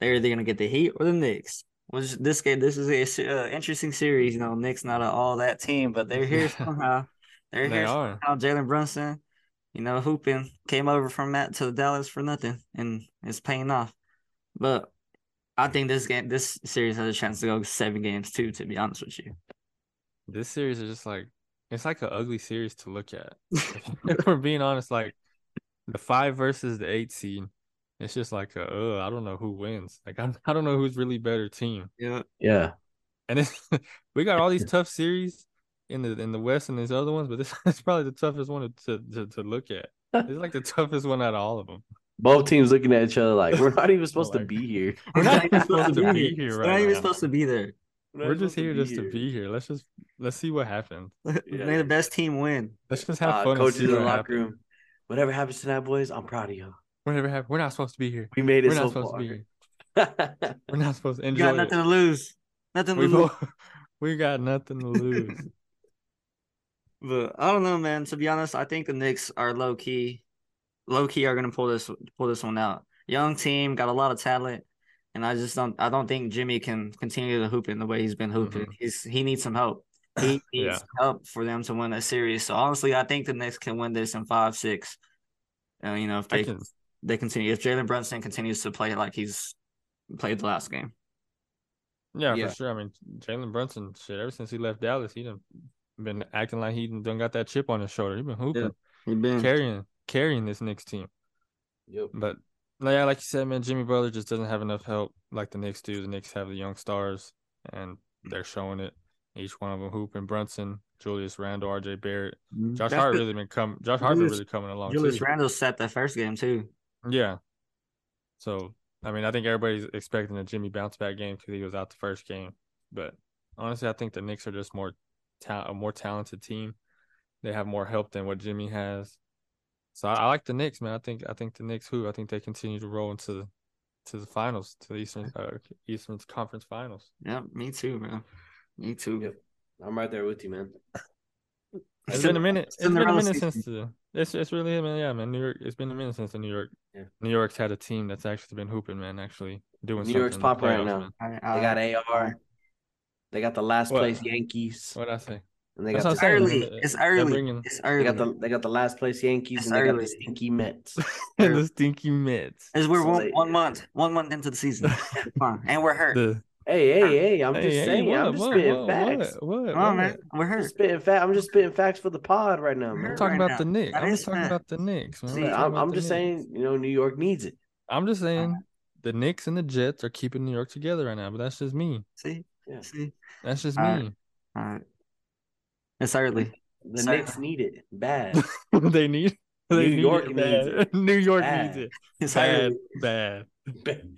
They're either gonna get the Heat or the Knicks. Which this game, this is a s- uh, interesting series. You know, Knicks not a, all that team, but they're here somehow. They're
they
here
are.
somehow. Jalen Brunson, you know, hooping came over from that to Dallas for nothing, and it's paying off. But I think this game, this series has a chance to go seven games too. To be honest with you,
this series is just like it's like an ugly series to look at. if we're being honest, like the five versus the eight seed, it's just like a, uh, I don't know who wins. Like I, I don't know who's really better team.
yeah,
Yeah,
And it's, we got all these tough series in the in the West and these other ones, but this is probably the toughest one to to, to look at. It's like the toughest one out of all of them.
both teams looking at each other like we're not even supposed to
Like-
be here.
we're not even
supposed to be here
We're
right
not even
now.
supposed to be there.
We're just here just to be here. Let's just let's see what happens.
May the best team win.
Let's just have
Uh,
fun.
coaches in the
what
locker
happens.
room. Whatever happens tonight, boys, I'm proud of you.
Whatever happens, we're not supposed to be here.
We made it
We're not
so
supposed to
far.
be here. We're not supposed to
You
enjoy.
got
it.
nothing to lose. Nothing to
we
lose.
both, we got nothing to lose.
But I don't know, man. To be honest, I think the Knicks are low key. Low key are gonna pull this pull this one out. Young team, got a lot of talent, and I just don't I don't think Jimmy can continue to hoop in the way he's been hooping. He's he needs some help. He needs
Mm-hmm. Yeah.
some help for them to win a series. So honestly, I think the Knicks can win this in five six. Uh, you know, if
I
they
can-
they continue if Jalen Brunson continues to play like he's played the last game.
yeah,
Yeah.
for sure. I mean, Jalen Brunson, shit. Ever since he left Dallas, he done been acting like he done- done got that chip on his shoulder. He been hooping,
He been
carrying, carrying this Knicks team.
Yep.
But like, yeah, like you said, man, Jimmy Butler just doesn't have enough help like the Knicks do. The Knicks have the young stars, and they're showing it. Each one of them hooping. Brunson, Julius Randle, R.J. Barrett, Josh
Mm, That's
Hart
the-
really been coming. Josh Hart been
Julius-
really coming along.
Julius
too.
Randle set that first game too.
Yeah. So I mean, I think everybody's expecting a Jimmy bounce back game because he was out the first game. But honestly, I think the Knicks are just more ta- a more talented team. They have more help than what Jimmy has. So I, I like the Knicks, man. I think I think the Knicks who I think they continue to roll into the to the finals to the Eastern uh, Eastern Conference Finals.
Yeah, me too, bro. Me too.
Yep. I'm right there with you, man.
It's been a minute. It's been a
Cinderella
minute
season.
since the. It's it's really man. Yeah, man. New York. It's been a minute since the New York.
Yeah.
New York's had a team that's actually been hooping, man. Actually doing.
New York's
something in the
popping right
playoffs,
now.
man.
I, I,
They got AR. They got the last
What?
place Yankees,
What I say?
and they
That's
got
what
the,
I'm saying.
early.
They're
It's early.
bringing-
It's
they
early.
got the they got the last place Yankees,
That's
and they got
early.
the stinky Mets.
And the stinky Mets.
As we're
so
one,
they-
one month, one month into the season, Come on, and we're hurt.
The,
Hey, hey, hey! I'm
Hey,
just
hey,
saying. I'm
what,
just
what,
spitting
what,
facts.
What, what,
Come on,
what?
man, we're
I'm
hurt.
just spitting fact. I'm just spitting facts for the pod right now, man.
I'm
Right
talking about
now.
the Knicks.
That
I'm
is
just talking
fact.
about the Knicks, man.
See,
talking
I'm,
about
I'm
the
just
Knicks.
saying, Uh-huh. you know, New York needs it.
I'm just saying the Knicks and the Jets are keeping New York together right now, but that's just me.
See,
Yeah.
see.
That's just
Uh,
All right.
me.
All right, it's early.
The
Sorry.
Knicks need it bad.
they need they
New
need
York
it
needs
bad.
it.
New York
Bad.
needs it.
It's
Bad,
early.
bad.
bad.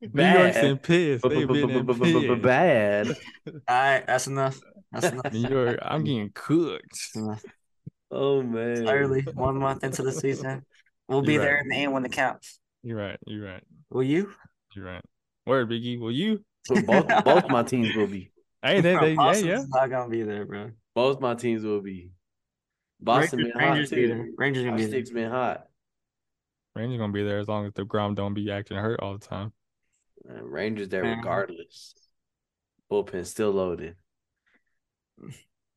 New York's in pissed. They've been in pissed.
Bad.
All right, that's enough. That's enough.
New York, I'm getting cooked.
That's enough.
Oh man.
It's early. One month into the season, we'll be
You're right.
there in the end when it counts.
You're right. You're right.
Will you?
You're right. Word, Biggie. Will you?
So both both my teams will be.
Hey, they,
Bro,
they, yeah,
Boston's
yeah.
not gonna be there, bro.
Both my teams will be. Boston
Rangers, Rangers
been hot
be there.
too.
Rangers gonna
Our
be there.
sticks been hot.
Rangers gonna be there as long as the Grom don't be acting hurt all the time.
Uh, Rangers there
Man.
regardless. Bullpen still loaded.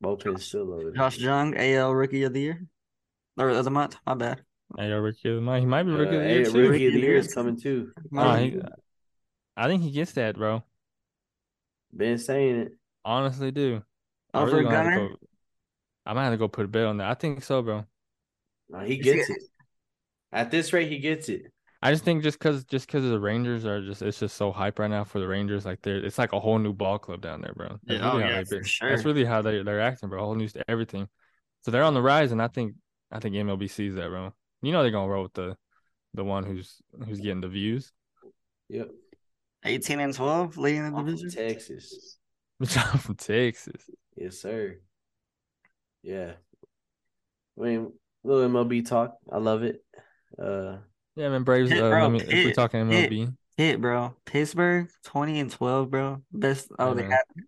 Bullpen still loaded.
Josh Jung, AL Rookie of the Year, or of the month. My bad.
Hey, yo, rookie of the month. He might be
Uh,
rookie of the
hey,
year too.
rookie of the year is coming too.
Nah,
Might be.
he- I think he gets that, bro.
Been saying it.
Honestly, do. I
Oh, for
gonna have to
Gunner?
go- I might have to go put a bet on that. I think so, bro.
Nah, Uh, he
He's
gets
getting
it. At this rate, he gets it.
I just think just cause just cause of the Rangers are just it's just so hype right now for the Rangers. Like they're it's like a whole new ball club down there, bro. That's
Yeah, oh,
really how
yeah,
they've
for
been.
sure.
That's really how they they're acting, bro. Whole new st- everything. So they're on the rise, and I think I think MLB sees that, bro. You know they're gonna roll with the the one who's who's getting the views.
Yep.
18 and 12 leading the
I'm from
division.
Texas.
I'm from Texas.
Yes, sir. Yeah. I mean, little MLB talk. I love it. Uh,
Yeah, man. Braves.
Hit,
uh,
bro,
let me, if we're
hit,
talking
hit.
MLB,
Hit, bro. Pittsburgh 20 and 12, bro. Best. Oh,
Yeah,
they
Mm-hmm.
man.
got.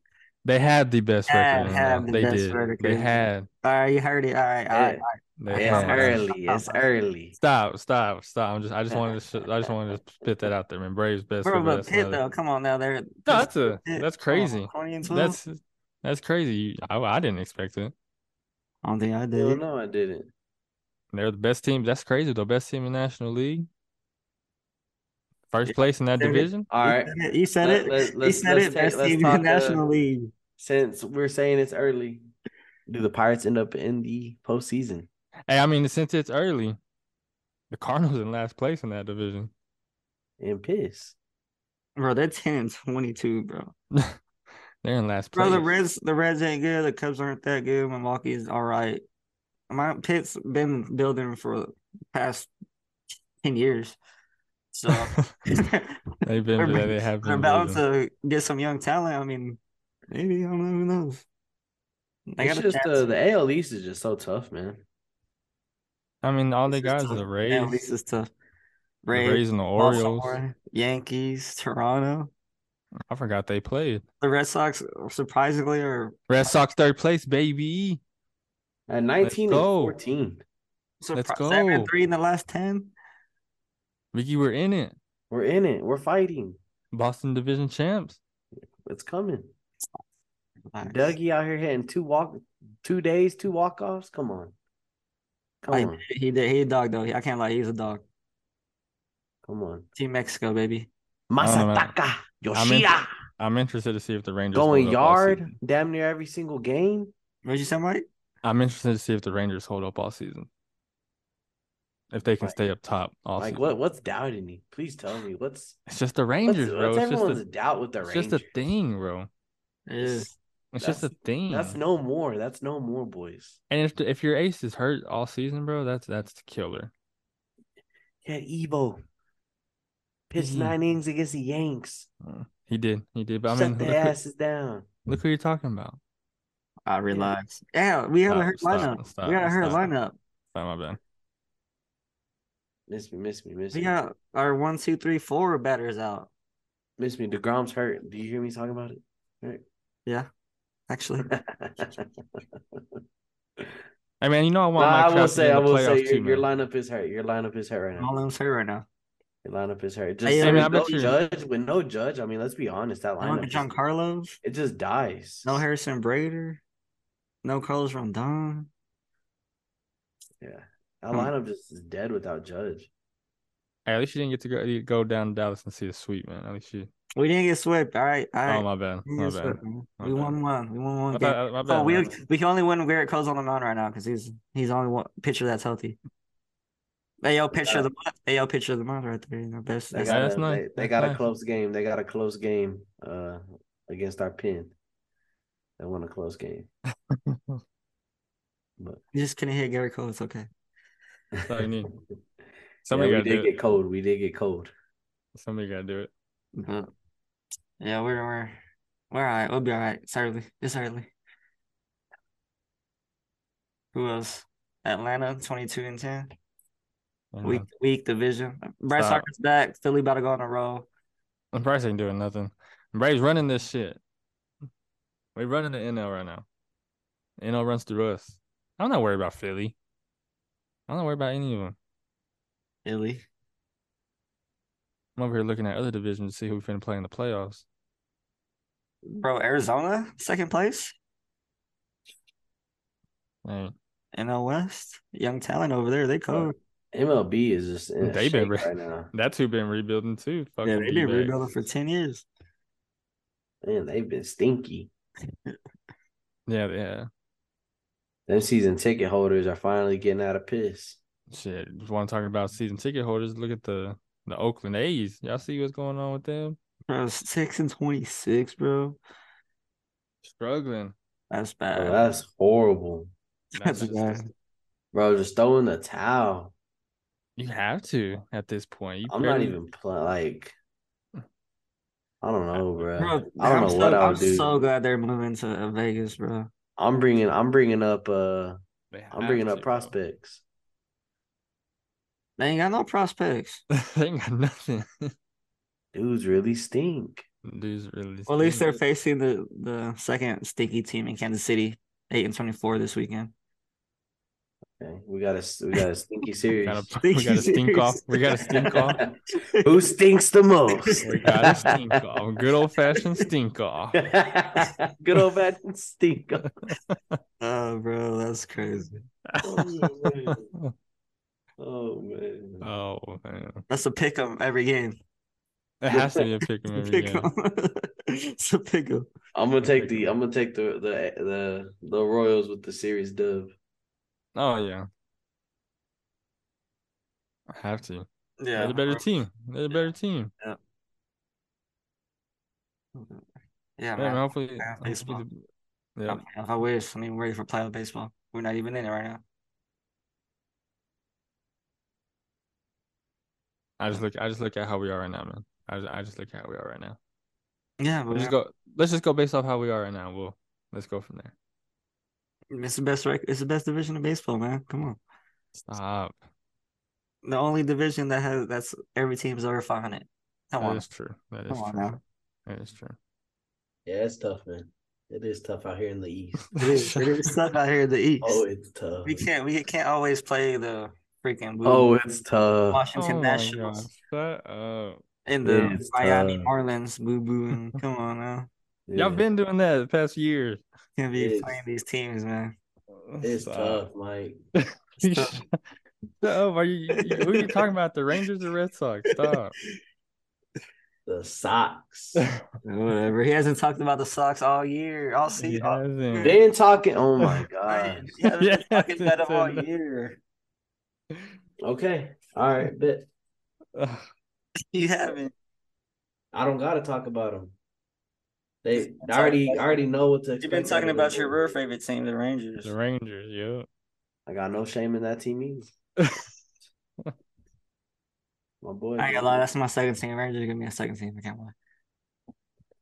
they had the best
Had-
record. in
had
MLB.
the
they
best
did.
record.
They had.
All right, you heard it. All right, all right.
it-
They
I
it's
Yeah.
had.
early. It's early.
Stop! Stop! Stop! I'm just. I just wanted to. Sh- I just wanted to spit that out there, man. Braves best.
Bro,
record.
but
That's
Pitt
another-
though, come on now, they're
No, that's a
Pitt,
that's
come on,
crazy.
20 and 12?
That's that's crazy. You- I, I didn't expect it.
I don't think I did.
Well,
it.
no, I didn't.
They're the best team. That's crazy though. Best team in National League. First
Yeah,
place in that
they're the-
division.
All right.
You said
Let-
it.
let-
you
let's-
said
let's
it.
take-
Best
let's
team in the
talk, uh,
National League.
Since we're saying it's early, do the Pirates end up in the postseason?
Hey, I mean, since it's early, the Cardinals in last place in that division.
And piss.
Bro, they're 10 and 22, bro.
They're in last place.
Bro, the Reds, the Reds ain't good. The Cubs aren't that good. Milwaukee's all right. My Pitt's been building for the past 10 years. So
They've been.
they're,
They have
they're
been.
about
building.
to get some young talent. I mean, maybe. I don't know. Who knows? They
it's
a
just
chance.
uh, the AL East is just so tough, man.
I mean, all they
This is
got is
tough.
the
Yeah,
Rays,
this is tough.
the
Rays,
Rays, and the Orioles.
Baltimore, Yankees, Toronto.
I forgot they played.
The Red Sox surprisingly are
Red Sox third place, baby.
At 19 and
go.
14,
surprised
go.
seven and three in the last ten.
Ricky, we're in it.
we're in it. We're fighting.
Boston division champs.
It's coming.
Nice.
Dougie out here hitting two walk, two days, two walk offs. Come on, come
Like,
on,
Oh, he did. He a dog though. I can't lie. He's a dog.
come on.
Team Mexico, baby.
don't know, man.
Masataka
I'm in-
Yoshida
I'm interested to see if the Rangers
going
hold up all
yard
season.
damn near every single game.
What you sound like?
I'm interested to see if the Rangers hold up all season. If they can
Like-
stay up top all
Like
season.
what? What's doubting me? Please tell me what's
It's just the
what's,
Rangers, bro.
what's
It's just
everyone's
a,
doubt with the
it's
Rangers?
just a thing, bro.
Yeah.
It's just a
That's-
thing.
That's no more. That's no more, boys.
and if if your ace is hurt all season, bro, that's that's the killer.
Yeah, Evo pitched
Mhm.
nine innings against the Yanks.
Uh, He did. He did. But I
Shut
mean,
their
look who,
asses down.
look who you're talking about.
I relax. Yeah, we had a
Stop,
hurt
stop,
lineup.
stop,
we got a hurt
stop.
lineup.
Not my bad.
Miss me, miss me, miss
We
me,
got our one, two, three, four batters out.
miss me. Degrom's hurt. Do you hear me talking about it?
Yeah, actually.
Hey man, you know I
Nah,
want
I
Mike
will
Trout to be
say,
in
I
the
will say,
playoffs
your,
too,
your
man.
lineup is hurt. Your lineup is hurt right now.
Malin's hurt right now.
Your lineup is hurt. Just
Hey,
with
man,
I
no
bet you-
judge with no judge. I mean, let's be honest. That
No
lineup,
John
is-
Carlos.
it just dies.
No Harrison Brader. No Carlos Rondon.
Yeah, that
Hmm.
lineup just is dead without judge.
Hey, at least you didn't get to go, you go down to Dallas and see the sweep, man. At least you.
We didn't get swept. All right. All right.
Oh my bad.
We
My
didn't get
bad.
swept, man.
My
we
bad.
won one. We won one
My
game.
bad. My bad.
So Oh, we
my bad.
we can only win Garrett Cole's on the mound right now because he's he's the only one pitcher that's healthy. AL pitcher of the month. AL pitcher of the month right there. You know, best.
They
best-
Yeah,
got
that's
a,
nice.
they, they
That's
got a
nice.
close game. They got a close game uh against our pin. They won a close game. But
you just couldn't hit Garrett Cole. It's okay.
all you need.
Yeah,
Somebody
we
gotta do
did
it.
get cold. We did get cold.
Somebody gotta do it.
But yeah, we're we're we're all right. We'll be all right. It's early. It's early. Who else? Atlanta, twenty two and ten.
Yeah,
Week
man.
week division. Brett
Stop.
Soccer's back. Philly about to go on a roll.
And Price ain't doing nothing. Brady's running this shit. We're running the NL right now. NL runs through us. I'm not worried about Philly. I'm not worried about any of them.
Philly.
I'm over here looking at other divisions to see who we finna play in the playoffs.
Bro, Arizona, second place.
Hey,
NL West. Young talent over there. They
Uh,
cold.
MLB is just in a
They been
shake
re-
right now.
that's who been rebuilding too.
yeah,
Fucking
they've been
D-backs.
rebuilding for 10 years.
Man, they've been stinky.
Yeah, yeah.
Them season ticket holders are finally getting out of piss.
Shit. While I'm talking about season ticket holders, look at the the Oakland A's. Y'all see what's going on with them?
Bro, 6 and 26, bro.
Struggling.
That's
Bro,
bad.
Uh,
that's horrible.
That's
just-
bad.
Bro, just throwing the towel.
You have to at this point. You
I'm not
barely-
even playing. Like, I don't know, bro.
Bro,
I don't
I'm
know
so,
what I
I'm
would do.
so glad they're moving to Vegas, bro.
I'm bringing. I'm bringing up. Uh,
They
I'm
have
bringing
to,
up
bro.
prospects.
They ain't got no prospects.
they ain't got nothing.
Dudes really stink.
Dudes really.
Well, at least
Mm-hmm.
they're
stink.
facing the, the second stinky team in Kansas City, 8 and 24 this weekend.
Okay, we got a we got a stinky series.
Gotta- we gotta stink off. We gotta stink off.
Who stinks the most?
We gotta stink off. Good old fashioned stink off.
Good old fashioned stink off.
Oh, bro, that's crazy.
Oh man.
oh man,
That's a pick 'em every game.
it has to be a pick 'em every
Pick 'em.
game.
it's a pick 'em.
I'm gonna take the I'm gonna take the the the, the Royals with the series dub.
Oh yeah, I have to.
Yeah.
They're the better team. They're the better team.
Yeah,
Yeah,
man.
man, hopefully,
Yeah,
hopefully
baseball.
the- yeah.
If I wish, I mean, we're ready for playoff baseball. We're not even in it right now.
I just look. I just look at how we are right now, man. I just, I just look at how we are right now.
Yeah, but
Let's just go. Let's just go based off how we are right now. We'll let's go from there.
it's the best rec- It's the best division of baseball, man. Come on.
Stop.
The only division that has that's every team's over 500. Come
That
on.
is true. That is
Come on
true.
now.
That is true.
Yeah, it's tough, man. It is tough out here in the East.
It is, it is tough out here in the East.
Oh, it's tough.
we can't we can't always play the freaking blue
Oh, it's tough.
Washington
oh my
Nationals
gosh. Shut up.
and the
It's
Miami
tough.
Marlins boo boo and come on now.
Yeah.
Y'all been doing that the past years.
Can't be
It is.
playing these teams, man.
It's
Stop.
tough, Mike.
You
tough.
sh- Shut up. Are you, you- who are you talking about? The Rangers or Red Sox? Stop.
The socks.
Whatever. He hasn't talked about the Sox all year, all
He
season. All,
hasn't.
Been talking. Oh my
I-
god.
he hasn't been
Yeah,
talking about them all
it's-
year.
Okay. All right. But
Ugh.
You haven't.
I don't gotta talk about them. They
been
I already
talking
I already know what to expect.
You've been
out
talking
of them
about your real
boys.
favorite team, the Rangers.
the Rangers,
I got no shame in that team either.
yeah.
My boy.
I ain't gonna lie, that's my second team. Rangers give me a second team. I can't lie.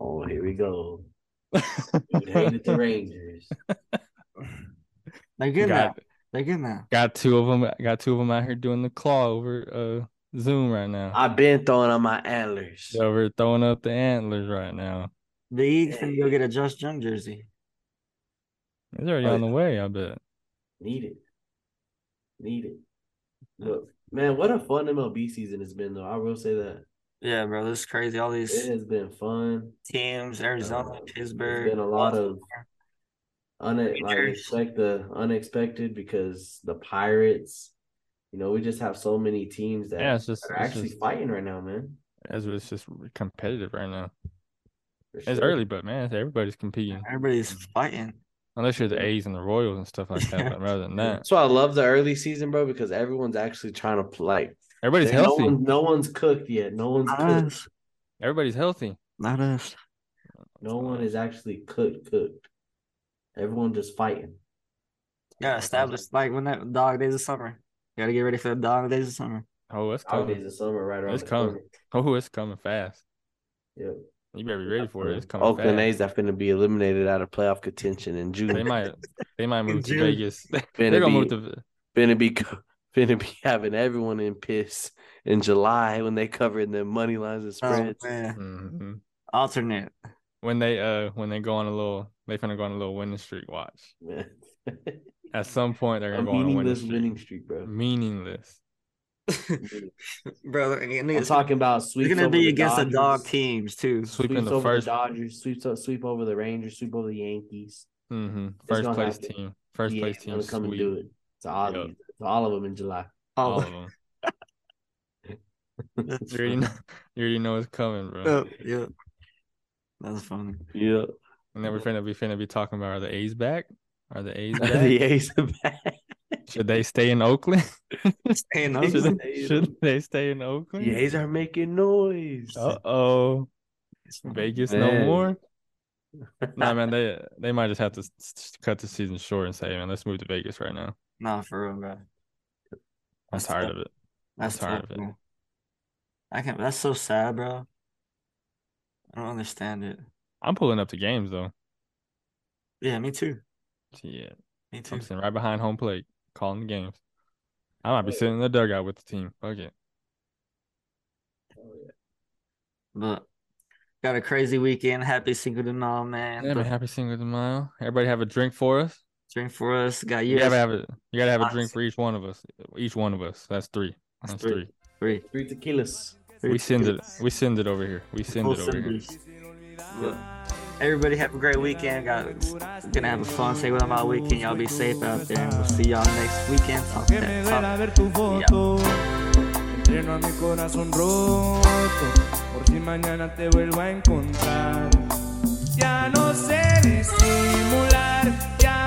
Oh, here we go. Dude hated the Rangers.
They're good now.
got,
They're good now.
got two of them. Got two of them out here doing the claw over uh Zoom right now.
I've been throwing on my antlers.
They over throwing up the antlers right now.
The Eagles finna go get a Josh Jung jersey.
It's already
Oh,
on
yeah.
the way. I bet.
Need it. Need it. Look, man, what a fun MLB season it's been though. I will say that.
Yeah, bro, this is crazy. All these
It has been fun.
teams, Arizona,
Uh,
Pittsburgh.
been a lot of- Une- like
Rangers.
expect the unexpected because the Pirates, you know, we just have so many teams that
Yeah, it's just,
are
it's
actually
just
fighting right now, man.
it's, it's just competitive right now.
For
It's
sure.
early, but man, everybody's competing.
Everybody's fighting.
Unless you're the A's and the Royals and stuff like that. But rather than that,
That's why I love the early season, bro, because everyone's actually trying to play.
everybody's
no,
healthy.
one, no one's cooked yet. No one's
Not
cooked.
us.
Everybody's healthy.
Not us.
No one is actually cooked. Cooked. Everyone just fighting.
Yeah, established like when that dog days of summer. You gotta get ready for the dog days of summer.
Oh, it's
Our
coming.
days of summer right around
It's
the
coming.
corner.
Oh, it's coming fast.
Yep.
You better be ready for it. It's coming
Oakland
fast.
A's are going to be eliminated out of playoff contention in
They
June.
might, they might move to
June.
Vegas. They're
Finna
gonna move
be-
to.
Finna be co- finna be having everyone in piss in July when they covering their money lines and
Oh,
spreads.
man.
hmm
Alternate.
When they uh when they go on a little they finna go on a little winning streak watch.
man.
At some point they're gonna
I'm
go on a winning
meaningless
streak.
winning streak,
Mm.
bro.
Meaningless.
Bro, and
I'm
it's,
talking about sweeps.
it's gonna
over
be
the
against the dog
Dodgers,
teams too.
Sweeping
sweeps
the
over
first-
the Dodgers, sweeps up, sweep over the Rangers, sweep over the Yankees.
hmm First
gonna
place
happen.
team. First
Yeah,
place
I'm
team.
gonna come and do
Sweep
it. To all,
Yup.
of these- to all of them in July.
all
Oh,
of them. You already know, you already know it's coming, bro.
yeah, yeah. That's funny.
Yeah,
And then we're finna be finna be talking about are the A's back? Are the A's back?
the A's are back.
Should they stay in Oakland?
Hey, no,
They
just-
should- Stay in
Should they stay in Oakland?
The A's are making noise.
Uh oh, Vegas no
Man.
more. Nah, man, they they might just have to s- s- cut the season short and say, man, let's move to Vegas right now.
nah, for real, bro.
I'm
That's
tired
tough.
of it.
That's
I'm tired
tough,
of it.
man. I can't. That's so sad, bro. I don't understand it.
I'm pulling up to games though.
Yeah, me too.
Yeah,
Me too.
I'm sitting right behind home plate, calling the games. I might be sitting in the dugout with the team. Fuck it.
But got a crazy weekend. Happy Cinco de Mayo, man.
Yeah, man, happy single de Mayo. Everybody have a drink for us.
Drink for us. Got
You
you.
gotta have a you gotta have a
Nice.
drink for each one of us. Each one of us. That's three.
That's
That's
three.
three.
Three.
Three tequilas.
Three
We send it.
tickets.
We send it over here. We send
Full
it over here.
senders. But everybody have a great weekend. Got gonna have a fun take with my weekend. Y'all be safe out there. We'll see y'all next weekend. Talk
Que me
that
duela
talk.
ver tu foto. Entreno a mi corazón roto. Por si mañana te vuelvo a encontrar. Ya no sé disimular. Ya